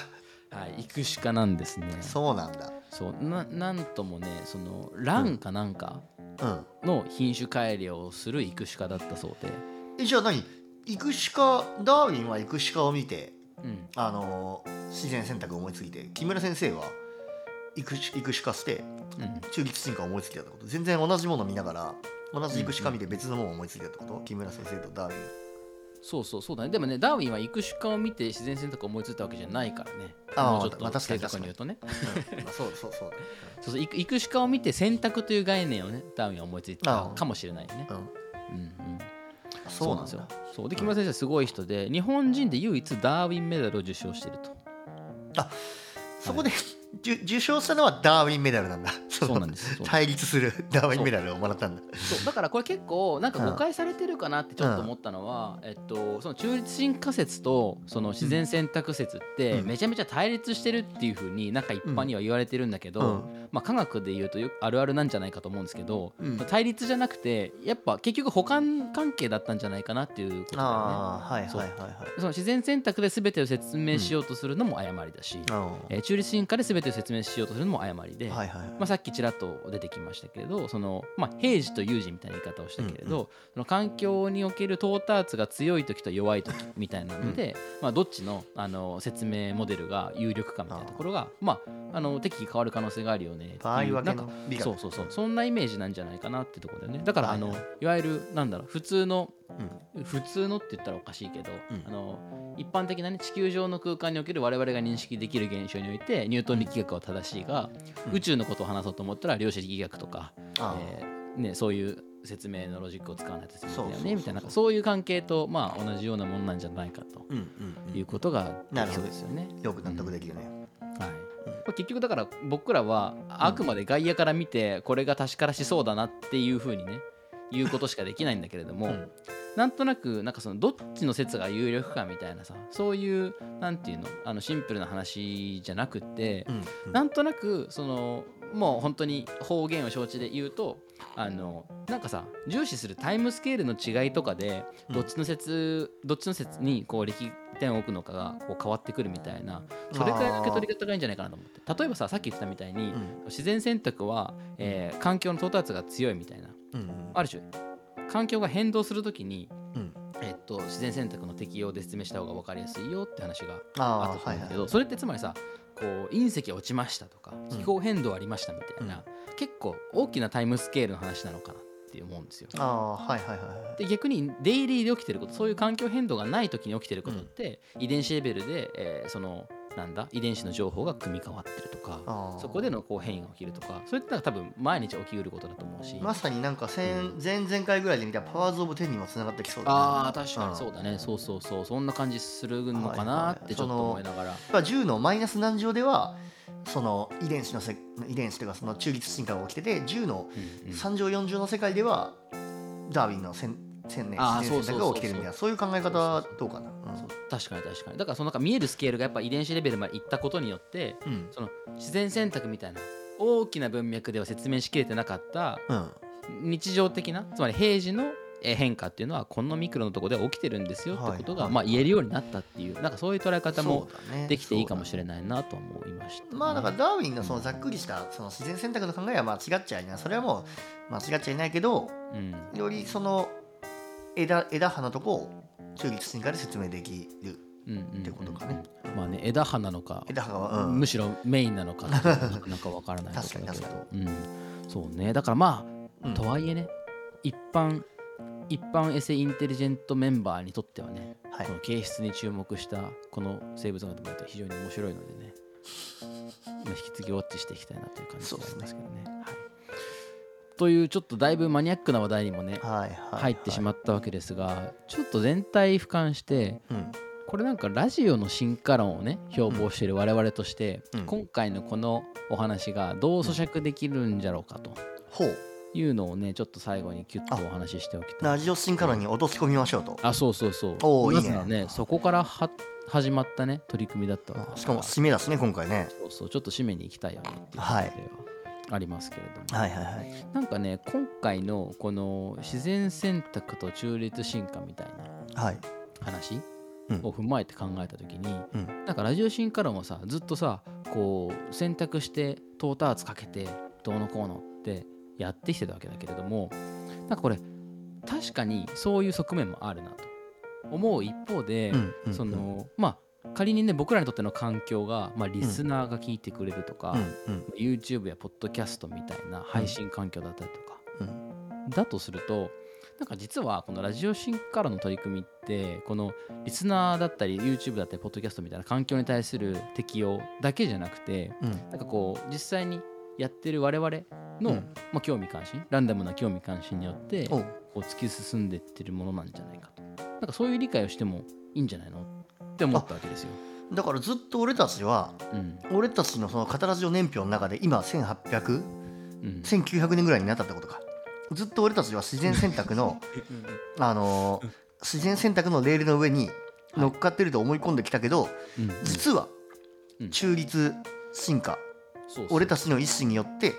はい育種家なんですねそうなんだそうななんともねその蘭かなんかうんの品種改良をする育種家だったそうで、えじゃあ何イクシカダーウィンはイクシカを見て、うん、あのー自然選択を思いついて木村先生はイクシイクシカしてうん中立進化を思いついたってこと全然同じもの見ながら同じイクシカ見て別のものを思いついたってこと、木村先生とダーウィ ンそうそうそうだねでもねダーウィンは育種家を見て自然選択を思いついたわけじゃないからねあーもうちょっまあと確か正に確に言うとね、 うんまあそうそうそうねそうそう育育種家を見て選択という概念をねダーウィンは思いついたあーかもしれないよねう、んうんうん、そうなんですだよそうで木村先生はすごい人で日本人で唯一ダーウィンメダルを受賞しているとそこで、じゅ受賞したのはダーウィンメダルなんだそうなんですそ う対立するダーウィンメダルをもらったんだそうだからこれ結構なんか誤解されてるかなってちょっと思ったのは、えっと、その中立進化説とその自然選択説ってうんめちゃめちゃ対立してるっていうふうになんか一般には言われてるんだけど、うんまあ、科学でいうとよくあるあるなんじゃないかと思うんですけど、うん対立じゃなくてやっぱ結局補完関係だったんじゃないかなっていうことだよね。ああはいはいはいはいその自然選択で全てを説明しようとするのも誤りだし、うえー中立進化で全てを説明しようとするのも誤りで、んはいはいはいまあ、さっきちらっと出てきましたけれどその、まあ、平時と有時みたいな言い方をしたけれど、うんその環境における到達が強い時と弱い時みたいなので、まあ、どっちのあの説明モデルが有力かみたいなところがまあ、あの適宜変わる可能性があるよねっていう場合分なけんかの美学そうそうそうそんなイメージなんじゃないかなってところだよねだから、はいい、あのいわゆるなんだろう普通のうん普通のって言ったらおかしいけど、うんあの一般的な、ね、地球上の空間における我々が認識できる現象においてニュートン力学は正しいが、うん宇宙のことを話そうと思ったら量子力学とか、あーえーね、そういう説明のロジックを使わないと説明だよそうそうそうそねうみたいななんかそういう関係と、まあ、同じようなものなんじゃないかとうんうんうんいうことがなるほそどうですよね。よく納得できるね、はいこれ結局だから僕らはあくまで外野から見てこれが確からしそうだなっていうふうにね言うことしかできないんだけれども、うんなんとなくなんかそのどっちの説が有力かみたいなさそういうなんていうのあのシンプルな話じゃなくって、うんうんなんとなくそのもう本当に方言を承知で言うとあのなんかさ重視するタイムスケールの違いとかでどっちの説、どっちの説にこう力点を置くのかがこう変わってくるみたいなそれくらいの受け取り方がいいんじゃないかなと思って例えばささっき言ってたみたいに、うん自然選択は、えー環境の到達が強いみたいなうんある種環境が変動するときに、うんえっと、自然選択の適用で説明した方が分かりやすいよって話がああったーはいはと思うんだいけど、それってつまりさこう隕石落ちましたとかうん気候変動ありましたみたいな、結構大きなタイムスケールの話なのかなって思うんですよ。あーはいはいはいで逆にデイリーで起きてることそういう環境変動がない時に起きてることって、遺伝子レベルで、えーそのなんだ遺伝子の情報が組み替わってるとかあーそこでのこう変異が起きるとかそういったら多分毎日起きうることだと思うし、まさになんか先、前々回ぐらいで見たパワーズ・オブ・テンにもつながってきそうだねあー確かにそうだだね、そうそうそうそんな感じするのかなってちょっと思いながら、やっぱ10のマイナス何乗ではその遺伝子のせ遺伝子というかその中立進化が起きてて10のうんうん3乗4乗の世界ではダーウィンの千千年あー自然選択が起きてるみたいなそういう考え方はどうかなそう確かに確かにだからそのなんか見えるスケールがやっぱ遺伝子レベルまでいったことによってうんうんその自然選択みたいな大きな文脈では説明しきれてなかったうん日常的なつまり平時のえー変化っていうのはこのミクロのところでは起きてるんですよってことが、はいまあ、言えるようになったっていうなんかそういう捉え方もそうだねできていいかもしないれないなと思いましたね、まあだからダーウィンのそのざっくりしたその自然選択の考えは間違っちゃいないそれはもう間違っちゃいないけどうん、よりその枝枝葉のとこを中立進化で説明できるうんうんうんうっんてことかねまあね枝葉なのか枝葉は、うん、むしろメインなのかっ ていうのはなかなかわからないところだけど確、うん、そうねだからまあ、うんとはいえね一般一般エセインテリジェントメンバーにとってはね、はいこの形質に注目したこの生物学とかって非常に面白いのでね引き継ぎウォッチしていきたいなという感じそうがですねありますけどね。はい、というちょっとだいぶマニアックな話題にもねはいはいはい、入ってしまったわけですが、ちょっと全体俯瞰してうんこれなんかラジオの進化論をね標榜している我々として、うん今回のこのお話がどう咀嚼できるんじゃろうかとほういうのをねちょっと最後にキュッとお話ししておきたいラジオ進化論に落とし込みましょうと、あそうそうそうおーまいいずねはねそこからは始まったね取り組みだったわけあですしかからも締めだしね今回ねそうそうちょっと締めに行きたいよねっていうこはいとではありますけれども、はいはいはいなんかね今回のこの自然選択と中立進化みたいなはい話うんを踏まえて考えた時に、うんなんかラジオ進化論はさずっとさこう選択してトーターツかけてどうのこうのってやってきてたわけだけれどもなんかこれ確かにそういう側面もあるなと思う一方で、うんうんそのまあ仮にね僕らにとっての環境が、まあ、リスナーが聞いてくれるとか、うん YouTube やポッドキャストみたいな配信環境だったりとか、うんうんだとするとなんか実はこのラジオ進化論の取り組みってこのリスナーだったり YouTube だったりポッドキャストみたいな環境に対する適用だけじゃなくてうんなんかこう実際にやってる我々の、うんまあ、興味関心ランダムな興味関心によっておこうう突き進んでってるものなんじゃないかとなんかそういう理解をしてもいいんじゃないのって思ったわけですよ。だからずっと俺たちはうん俺たちのその語らじを年表の中で今18001900うん年ぐらいになったってことかずっと俺たちは自然選択 のあのー自然選択のレールの上に乗っかってると思い込んできたけど、うんうん実はうん中立進化、そうそう俺たちの意思によって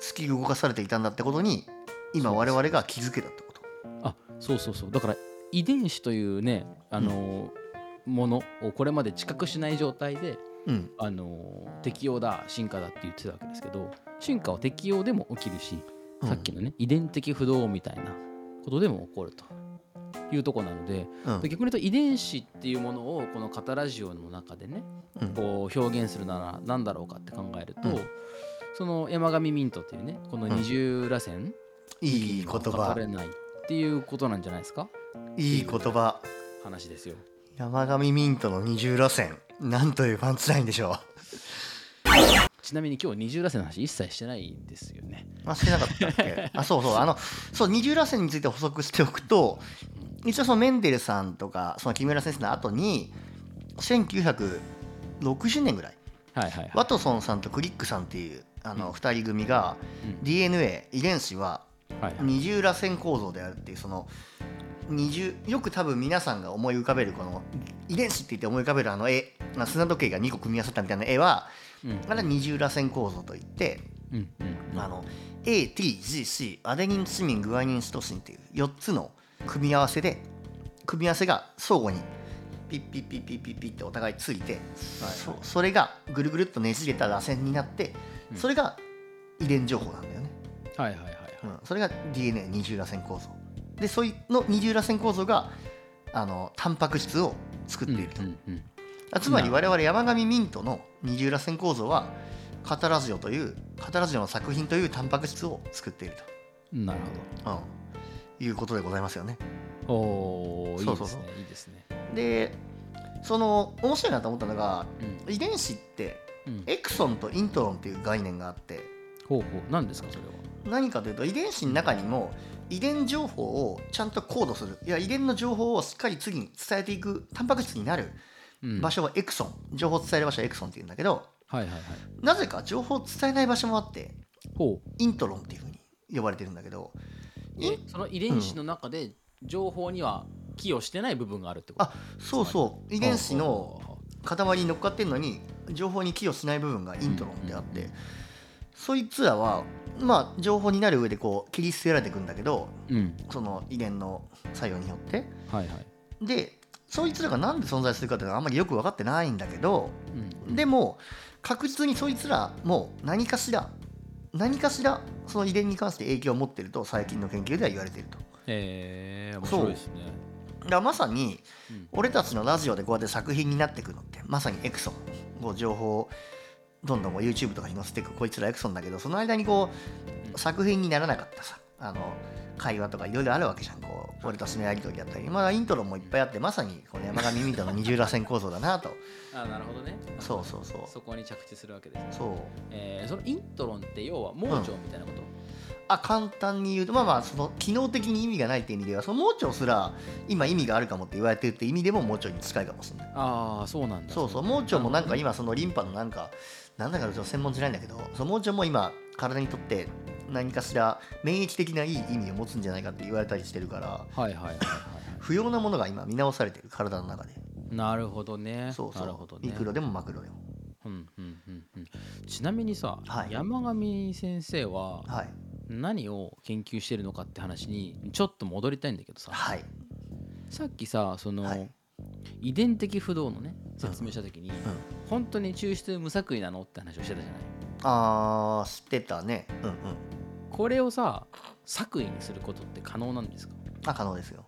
突き動かされていたんだってことに今そう我です々が気づけたってことあそうそうそうだから遺伝子というねあのーものをこれまで知覚しない状態でうんあのー適応だ進化だって言ってたわけですけど進化は適応でも起きるし、うんさっきのね遺伝的不動みたいなことでも起こるというとこなのでうん逆に言うと遺伝子っていうものをこの「カタラジオ」の中でねうんこう表現するなら何だろうかって考えると、うんその山上ミントっていうねこの二重らせん、いい言語れ葉ないっていうことなんじゃないですかいい言葉話ですよ。山上ミントの二重路線なんというパンツラインでしょちなみに今日二重らせの話一切してないんですよね。うあしてなかったっ けあそうそうあのそう二重路線について補足しておくと一応そのメンデルさんとかその木村先生の後に1960年ぐらいはいはい、はワい。トソンさんとクリックさんっていうあうのん2人組がうん DNA 遺伝子ははいはい二重らせん構造であるっていうその二重よく多分皆さんが思い浮かべるこの遺伝子って言って思い浮かべるあの絵まあ砂時計が2個組み合わさったみたいな絵はうんあれは二重らせん構造といってうんうんうんあの ATGC アデニンチミングアニンシトシンっていう4つの組み合わせで組み合わせが相互にピッピッピッピッピッピッってお互いついて、そそれがぐるぐるっとねじれた螺旋になって、うんそれが遺伝情報なんだよね、はいはいはいはい、うん、それが DNA 二重螺旋構造でそういうの二重螺旋構造があのタンパク質を作っていると、うんうんあつまり我々山上ミントの二重螺旋構造はカタラジオというカタラジオの作品というタンパク質を作っているうんなると、うん、いうことでございますよねほどおおいいそうでそうすそうねいいですねでその面白いなと思ったのがうん遺伝子ってうんエクソンとイントロンっていう概念があってほうほう何ですかそれは何かというと遺伝子の中にも遺伝情報をちゃんとコードするいや遺伝の情報をしっかり次に伝えていくタンパク質になるうん場所はエクソン、情報を伝える場所はエクソンっていうんだけどはいはいはいなぜか情報を伝えない場所もあってほうイントロンっていうふうに呼ばれてるんだけどえその遺伝子の中で情報には寄与してない部分があるってことあそうそう遺伝子の塊に乗っかってんのに情報に寄与しない部分がイントロンってあって、うんうんそいつらはまあ情報になる上でこう切り捨てられていくんだけどうんその遺伝の作用によってはいはいでそいつらがなんで存在するかっていうのはあんまりよく分かってないんだけどうんでも確実にそいつらも何かしら何かしらその遺伝に関して影響を持ってると最近の研究では言われてると。えー面白いですねだからまさにうん俺たちのラジオでこうやって作品になってくのってまさにエクソンこう情報をどんどんこう YouTube とかに載せていくこいつらエクソンだけどその間にこうんう作品にならなかったさあの会話とかいろいろあるわけじゃんこう俺たちのやり取りだったりまあイントロもいっぱいあってまさにこの山上ミントの二重螺旋構造だなとあなるほどねそうそうそうそこに着地するわけですねそうえーそのイントロンって要は盲腸みたいなこと、あ簡単に言うとまあまあその機能的に意味がないっていう意味ではその盲腸すら今意味があるかもって言われてるって意味でも盲腸に近いかもしれないああそうなんだそうそう盲腸もなんか今そのリンパのなんかなんだかちょっと専門じゃないんだけどその盲腸も今体にとって何かしら免疫的ないい意味を持つんじゃないかって言われたりしてるからはいはいはいはいは不要なものが今見直されてる体の中でいなるほどねそうそなるうほどねミクロでもマクロでもうんうんうんうんちなみにさ、はい山上先生ははい何を研究してるのかって話にちょっと戻りたいんだけどさはいさっきさその、はい遺伝的不動のね説明した時に、本当に抽出無作為なのって話をしてたじゃないあー知ってたねうんうんこれをさ作為にすることって可能なんですかあ可能ですよ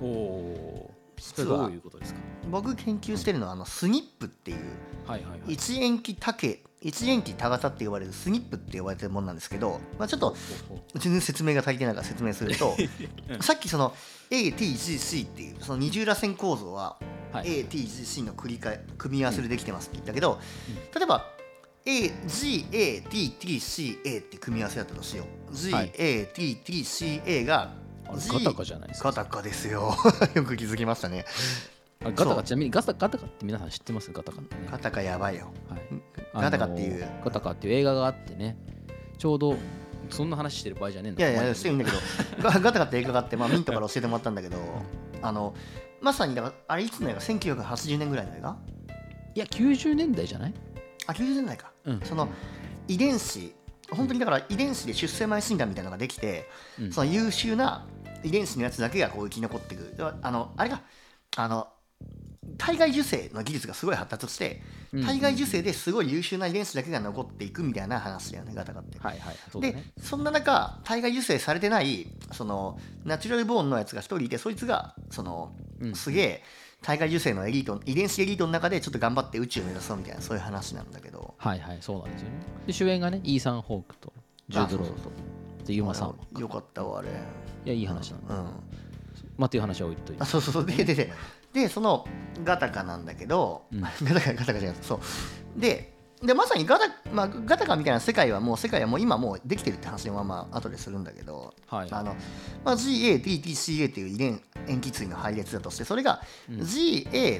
おおそ実れどうはいうことですか僕研究してるのはあのスニップっていうはいはいはい一塩基多形一塩基多型って呼ばれるスニップって呼ばれてるものなんですけど、まあ、ちょっとほうほ全然説明が足りてないから説明すると、 うんさっきその ATGC っていうその二重螺旋構造はうはい ATGC の繰り返組み合わせでできてますって言ったけど、例えば AGATTCA って組み合わせだったとしようはい GATTCA があれ G ガタカじゃないですかガタカですよ よく気づきましたねあガタそカうちなみにガタガタカって皆さん知ってますガタカってねガタカやばいよはいあのガータカっていうガタカっていう映画があってねちょうどそんな話してる場合じゃねえんいだやいやしてるんだ けどガガタガタ映画があって、まあ、ミントから教えてもらったんだけどあのまさにだからあれいつの映画1980年ぐらいの映画いや90年代じゃないあ90年代かうんその遺伝子本当にだから遺伝子で出生前診断みたいなのができて、うんその優秀な遺伝子のやつだけがこう生き残っていくだからあのあれがあの体外受精の技術がすごい発達してうん体外受精ですごい優秀な遺伝子だけが残っていくみたいな話だよねガタガタって。はいはいそうだでねそんな中体外受精されてないそのナチュラルボーンのやつが一人いてそいつがそのうんすげえ体外受精のエリート遺伝子エリートの中でちょっと頑張って宇宙目指そうみたいなそういう話なんだけどはいはいそうなんですよねで主演がねイーサン・ホークとジュード・ローとでユマさんもよかったわあれいやいい話なんだうんまあっていう話は置いといてあそうそうそうででででそのガタカなんだけど、う んガタカガタカじゃないそうででまさにガタ,、まあ、ガタカみたいな世界はもう世界はもう今もうできてるって話はまあ後でするんだけど、はいあのまあ、GATTCA っていう遺伝塩基対の配列だとしてそれがうん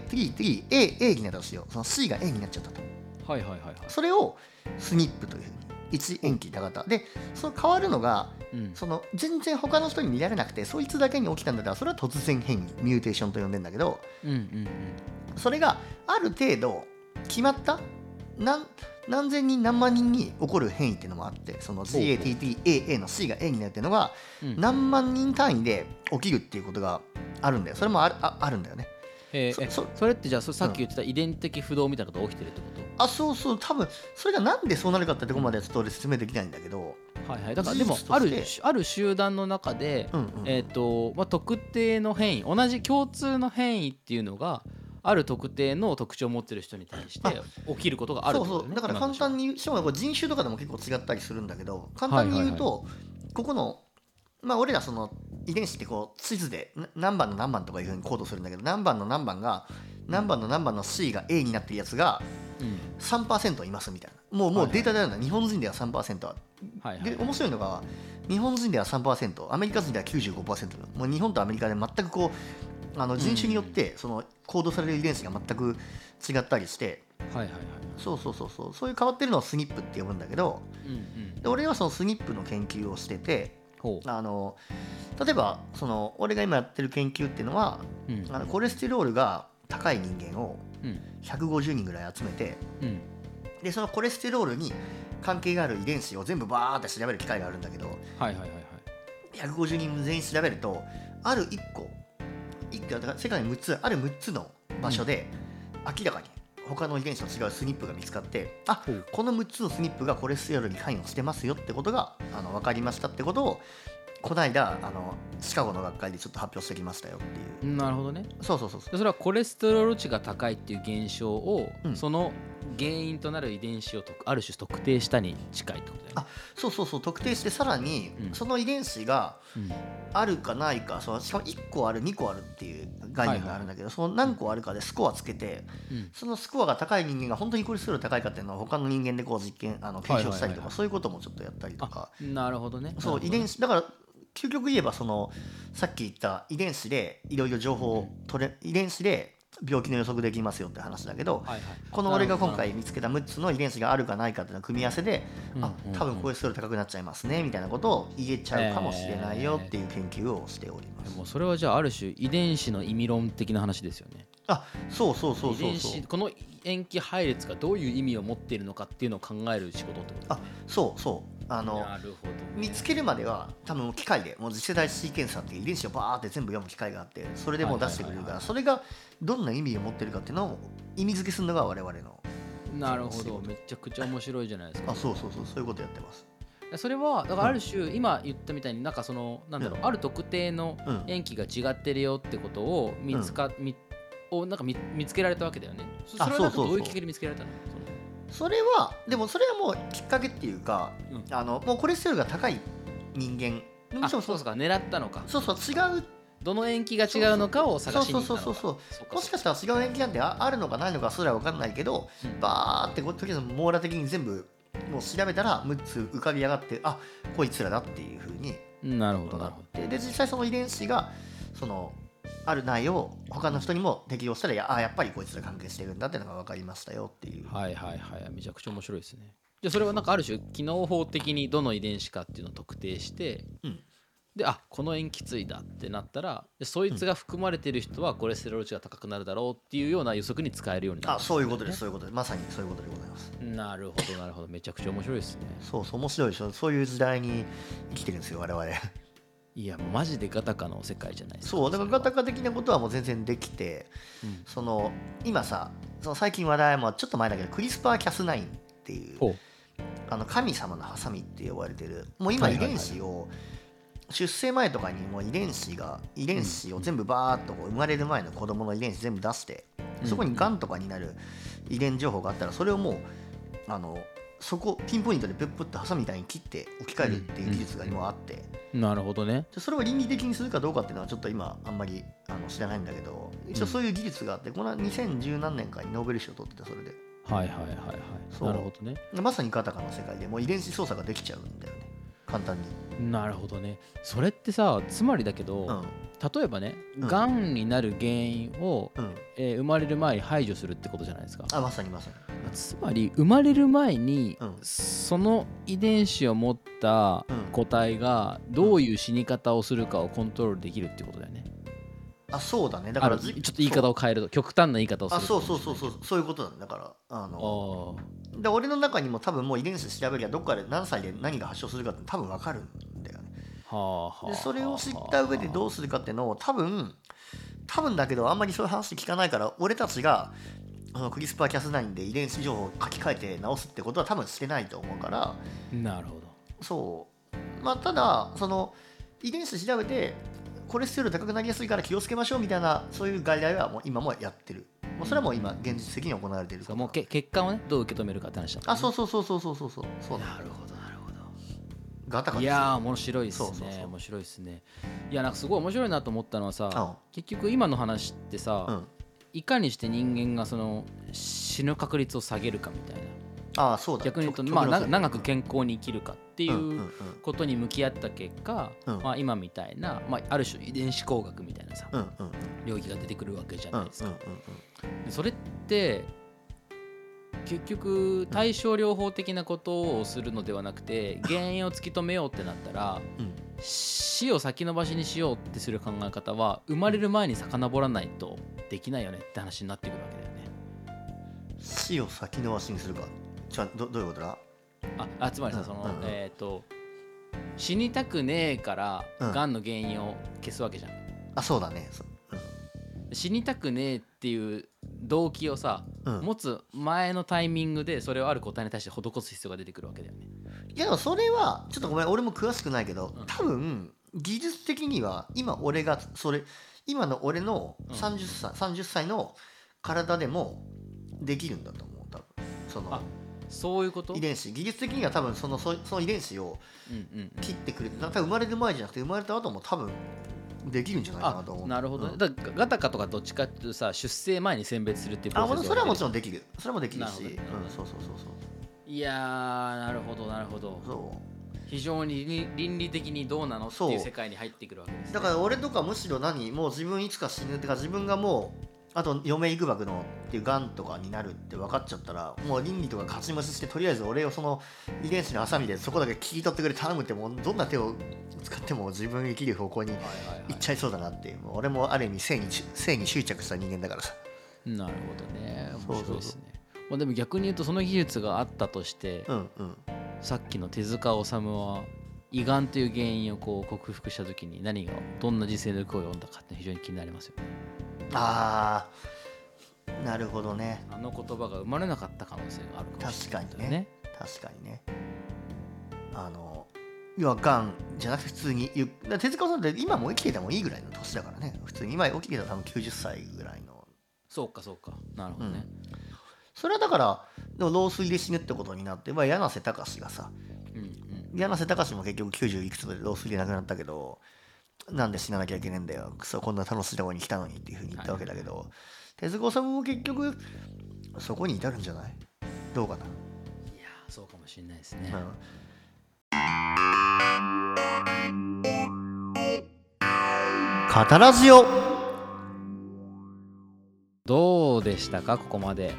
GATTAA になったとしようその C が A になっちゃったとはいはいはいはいそれをスニップというふうに1塩基多型でその変わるのがうんその全然他の人に見られなくてそいつだけに起きたんだったらそれは突然変異ミューテーションと呼んでんだけどうんうんうんそれがある程度決まった何何千人何万人に起こる変異っていうのもあってその GATTAA の C が A になるっていうのがうん何万人単位で起きるっていうことがあるんだよそれもあるああるんだよねえーえそそそれってじゃあそさっき言ってた遺伝的不動みたいなことが起きてるってこあそうそう多分それがなんでそうなるかってとこまではちょっと俺説明できないんだけどとはいはいだからでも事実とあるしてある集団の中で、うんうんえーとまあ、特定の変異同じ共通の変異っていうのがある特定の特徴を持ってる人に対して起きることがあるっそてうこそとうだから簡単ににしかもこう人種とかでも結構違ったりするんだけど簡単に言うと、ここのまあ俺らその遺伝子ってこう地図でな何番の何番とかいうふうにコードするんだけど何番の何番が何番の何番の C が A になってるやつが3%いますみたいなもうもはいうはデいータであるんだ、日本人では3%あるはいはいで面白いのが日本人では3%アメリカ人では95%もう日本とアメリカで全くこうあの人種によってその行動される遺伝子が全く違ったりして、はいはいはいそうそうそうそうそういう変わってるのをスニップって呼ぶんだけどうんうんで俺はそのスニップの研究をしててほあの例えばその俺が今やってる研究っていうのはううんあのコレステロールが高い人間をうん150人ぐらい集めてうんでそのコレステロールに関係がある遺伝子を全部バーって調べる機会があるんだけどはいはいはいはい150人全員調べるとある1個1個だから世界に6つある6つの場所で明らかに他の遺伝子と違うスニップが見つかってあほうこの6つのスニップがコレステロールに関与してますよってことがあの分かりましたってことをこの間あのシカゴの学会でちょっと発表してきましたよっていうなるほどねそうそうそうでそれはコレステロール値が高いっていう現象を、うんその原因となる遺伝子をとある種特定したに近いってことだよねあそうそうそう特定してさらにうんその遺伝子がうんあるかないかそのしかも1個ある2個あるっていう概念があるんだけど、その何個あるかでスコアつけてうんそのスコアが高い人間が本当にコレステロール高いかっていうのは他の人間でこう実験あの検証したりとはいはいはいかはいそういうこともちょっとやったりとかあなるほどねそう遺伝子だから究極言えばそのさっき言った遺伝子でいろいろ情報を取れ遺伝子で病気の予測できますよって話だけどはいはいこの俺が今回見つけた6つの遺伝子があるかないかっていうの組み合わせでうんあうんうん多分コレステロール高くなっちゃいますねみたいなことを言えちゃうかもしれないよっていう研究をしておりまですもそれはじゃあある種遺伝子の意味論的な話ですよねあそうそうそうそ遺う伝そう子この塩基配列がどういう意味を持っているのかっていうのを考える仕事ってことあそうそうあのなるほどね、見つけるまでは多分機械でもう次世代シーケンサーっていう遺伝子をバーって全部読む機械があってそれでもう出してくれるはいかはらいはいはそれがどんな意味を持ってるかっていうのを意味付けするのが我々のなるほどめちゃくちゃ面白いじゃないですかあそうそうそうそういうことやってますそれはだからある種、今言ったみたいになんかそのなんだろう、うある特定のうん塩基が違ってるよってことを見つか、みをなんか見見つけられたわけだよねそそあれはなんかそうそうそうどういうきっかけで見つけられたのそのそれはでもそれはもうきっかけっていうか、うあのもうコレステロールが高い人間あもちそろうそんそううか狙ったのかそうそう違うどの塩基が違うのかを探しに行ったのかそうそうそうそうかもしかしたら違う延期なんてああるのかないのかそれは分かんないけど、うんバーってこうとりあえず網羅的に全部もう調べたら6つ浮かび上がってあこいつらだっていうふうになるほことどにななっるほどてで実際その遺伝子がそのある内容を他の人にも適用したらやあやっぱりこいつら関係してるんだっていうのが分かりましたよっていう、はいはいはいめちゃくちゃ面白いですねじゃあそれはなんかある種機能法的にどの遺伝子かっていうのを特定して、うんであこの塩基対だってなったらでそいつが含まれてる人はコレステロール値が高くなるだろうっていうような予測に使えるようになるあそういうことですそういうことですまさにそういうことでございますなるほどなるほどめちゃくちゃ面白いですねそうそう面白いでしょそういう時代に生きてるんですよ我々いやもうマジでガタカの世界じゃないですかそうだからガタカ、カ的なことはもう全然できてうんその今さその最近話題もちょっと前だけどクリスパー・キャスナインっていうほうあの神様のハサミって呼ばれてるもう今はい遺はいはい伝子を出生前とかにもう遺伝子が遺伝子を全部バーっとこう生まれる前の子供の遺伝子全部出してうんそこにがんとかになる遺伝情報があったらそれをもうあのそこピンポイントでプップッとハサミみたいに切って置き換えるっていう技術が今あってなるほどねでそれを倫理的にするかどうかっていうのはちょっと今あんまりあの知らないんだけど一応そういう技術があってこの2010何年かにノーベル賞を取っててそれではいはいはいはいそうなるほどねでまさにガタカの世界でもう遺伝子操作ができちゃうんだよね簡単に、なるほどねそれってさつまりだけど、うん例えばねうんがんになる原因を、うん、えー生まれる前に排除するってことじゃないですかあまさにまさにつまり生まれる前に、うんその遺伝子を持ったうん個体がどういう死に方をするかをコントロールできるってことだよね、あそうだねだかあらのちょっと言い方を変えると極端な言い方をするあそうそうそううそうそういうことなんだからあのあで俺の中にも多分もう遺伝子調べりゃどっかで何歳で何が発症するかって多分分かるんだよねあはあはあでそれを知った上でどうするかっていうのを多分多分だけどあんまりそういう話聞かないから俺たちがあのクリスパーキャス9で遺伝子情報を書き換えて直すってことは多分してないと思うからなるほどそうまあただその遺伝子調べてコレステロール高くなりやすいから気をつけましょうみたいなそういう外来はもう今もやってるもうそれはもう今現実的に行われてるそうもうけ結果をねどう受け止めるかって話だったねあそうそうそうそうそうそうそうそうなるほどなるほどガタガタいやー面白いですねそうそうそう面白いですねいやなんかすごい面白いなと思ったのはさう結局今の話ってさ、んうんいかにして人間がその死ぬ確率を下げるかみたいなああそうだ逆に言うと、極まあ、な極論長く健康に生きるかっていそううんうんううんことに向き合った結果、うんまあ、今みたいな、まあ、ある種遺伝子工学みたいなさうんうん領域が出てくるわけじゃうんうんうんないですか。うんでそれって結局対症療法的なことをするのではなくて原因を突き止めようってなったらうん死を先延ばしにしようってする考え方は生まれる前に遡らないとできないよねって話になってくるわけだよね。死を先延ばしにするかちょどどういうことだああつまりさその、うんうんえっ、と死にたくねえからうんがんの原因を消すわけじゃん、あそうだねそう死にたくねえっていう動機をさ、うん、うん、持つ前のタイミングでそれをある答えに対して施す必要が出てくるわけだよねいやでもそれはちょっとごめん俺も詳しくないけどうん多分技術的には今俺がそれ今の俺のうん30歳,、30歳の体でもできるんだと思う多分そのあそういうこと遺伝子技術的には多分そのそその遺伝子をうんうんうん切ってくれて多分生まれる前じゃなくて生まれた後も多分できるんじゃないかなあと思うなるほどね、うんだからガタカとかどっちかっていうとさ出生前に選別するっていうプあロセもスちろんそれはもちろろんできるそれもできるしなるほどうん、そうそうそうそうんいやーなるほどなるほどそう非常に倫倫理的にどうなのってそいうう世界に入ってくるわけです、ね、だから俺とかむしろ何もう自分いつか死ぬってか自分がもうあと嫁いくばくのっていうがんとかになるって分かっちゃったらもう倫理とか勝ち無視してとりあえず俺をその遺伝子のハサミでそこだけ切り取ってくれ頼むってもうどんな手を使っても自分生きる方向にはいはいはいいっちゃいそうだなっていうもう俺もある意味性にち性に執着した人間だからさなるほどねそうそうそ面う白いですねまあでも逆に言うとその技術があったとして、うんうんさっきの手塚治虫は胃がんという原因をこう克服した時に何がどんな人生の句を読んだかって非常に気になりますよねあーなるほどねあの言葉が生まれなかった可能性があるかもしれない確かにね確かにねあの要はがんじゃなくて普通にゆだから手塚さんって今もう生きててもいいぐらいの年だからね普通に今起きてたら多分90歳ぐらいのそうかそうかなるほどね、それはだからでも老衰で死ぬってことになって、まあ、柳瀬隆がさうんうん柳瀬隆も結局90いくつで老衰で亡くなったけどなんで死ななきゃいけねえんだよクソこんな楽しいとこに来たのにっていうふうに言ったわけだけど、手塚さんも結局そこに至るんじゃないどうかな、いやーそうかもしれないですね、うんカタラジオどうでしたかここまで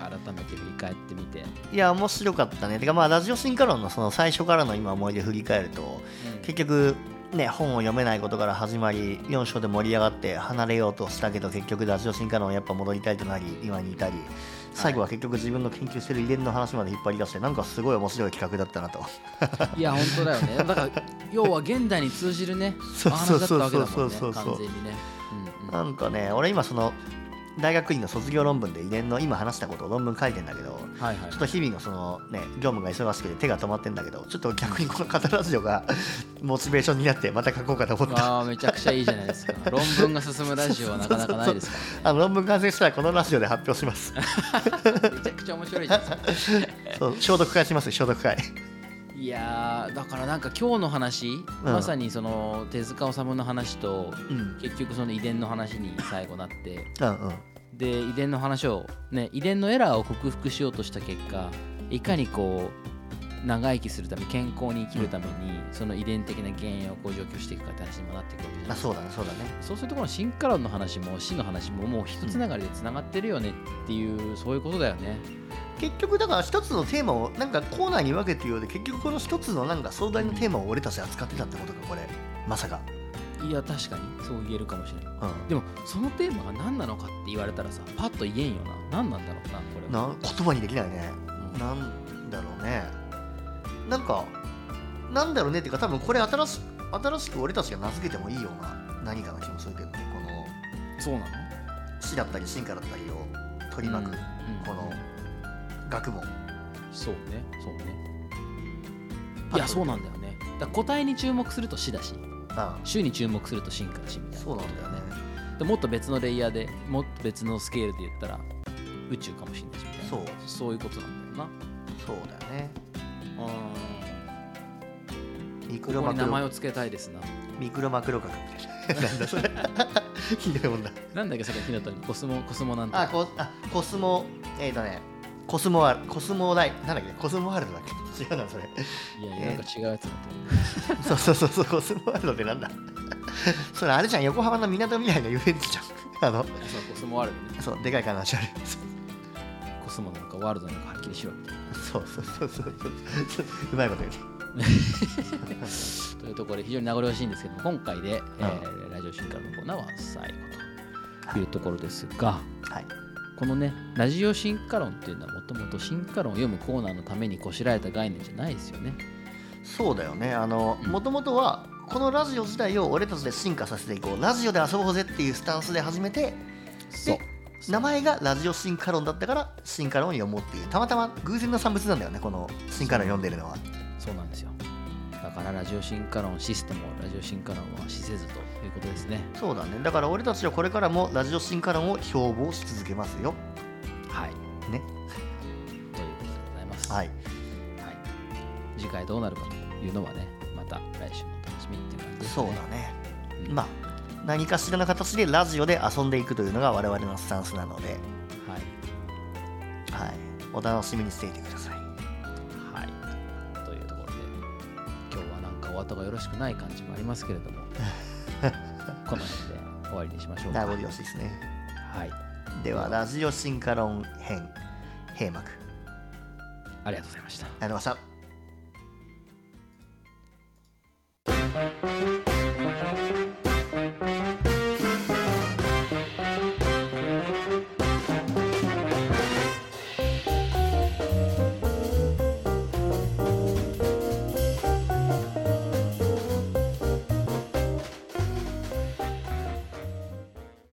改めて振り返ってみて、いや面白かったねてかまあラジオ進化論のその最初からの今思い出振り返ると結局ね本を読めないことから始まり4章で盛り上がって離れようとしたけど結局ラジオ進化論やっぱ戻りたいとなり今にいたり最後は結局自分の研究してる遺伝の話まで引っ張り出してなんかすごい面白い企画だったなといや本当だよねだから要は現代に通じるねそうそうそうそうそうお話だそうったわけだもんね完全にね、うんうんなんかね俺今その大学院の卒業論文で遺伝の今話したことを論文書いてんだけどはいはいちょっと日々のそのね業務が忙しくて手が止まってんだけどちょっと逆にこのカタラジオが モチベーションになってまた書こうかと思ったああめちゃくちゃいいじゃないですか 論文が進むラジオはなかなかないですかあの論文完成したらこのラジオで発表します らめちゃくちゃ面白いじゃないですかそう消毒会しますよ消毒会いやーだからなんか今日の話、まさにその手塚治虫の話とうんうん結局その遺伝の話に最後なってうんで遺伝の話をね遺伝のエラーを克服しようとした結果いかにこう長生きするため健康に生きるためにその遺伝的な原因をこう除去していくかって話にもなってくるわけじゃなあいそうだねそうだねそうするとこの進化論の話も死の話ももう一つながりでつながってるよねっていう、そういうことだよね。結局だから一つのテーマをなんかコーナーに分けてるようで結局この一つのなんか壮大なテーマを俺たち扱ってたってことかこれまさかいや確かにそう言えるかもしれないうんでもそのテーマが何なのかって言われたらさパッと言えんよな何なんだろうなこれはな言葉にできないねうんなんだろうねなんかなんだろうねっていうか多分これ新し新しく俺たちが名付けてもいいような何かな気もするけどねこそうなのの死だったり進化だったりを取り巻く、うんこの学問そうねそうねパッといやそうなんだよねだから個体に注目すると死だしあ種に注目すると進化だしみたいなそうなんだよねでもっと別のレイヤーでもっと別のスケールで言ったら宇宙かもしれないしみたいなそうそういうことなんだよそうだよねなあミクこロこマにク名ロ前を付けたいですなミクロマクロ学みたいななんだそれひどいもんだなんだっけさっきひなたにコスモコスモなん てあこあコスモえっ、ー、とねコスモワールコスモライなんだっけコスモワールドだっけ違うなそれいやいえやーなんか違うやつだと思そうそうそうそう、コスモワールドってなんだ それあれじゃん、横浜のみなとみらいの遊園地じゃん。あの、 うそうコスモワールドねそう、でかい金足ある。コスモなのかワールドなのかはっきりしろみたいなそうそうそうそうそう。うまいこと言うね。というところで非常に名残惜しいんですけども今回で、えーラジオ進化のコーナーは最後というところですがはい。このねラジオ進化論っていうのはもともと進化論を読むコーナーのためにこしらえた概念じゃないですよねそうだよね。あの、うんもともとは、このラジオ自体を俺たちで進化させていこう。ラジオで遊ぼうぜっていうスタンスで始めて、そう名前がラジオ進化論だったから、進化論を読もうっていう、たまたま偶然の産物なんだよね、この進化論読んでるのは。そうなんですよだからラジオ進化論システムをラジオ進化論はしせずということですねそうだね。だから俺たちはこれからもラジオ進化論を標榜し続けますよ。はいね。ということでございます、はい。はい次回どうなるかというのはねまた来週のお楽しみっていう感じですそねうだね。うんまあ、何かしらの形でラジオで遊んでいくというのが我々のスタンスなので、ははいい、お楽しみにしていてください。はい。というところで、今日はなんかお後がよろしくない感じもありますけれども、この辺で終わりにしましょうか。名残はい。惜しいですね。では、ラジオ進化論編、閉幕。ありありがとうございました。がとうございました。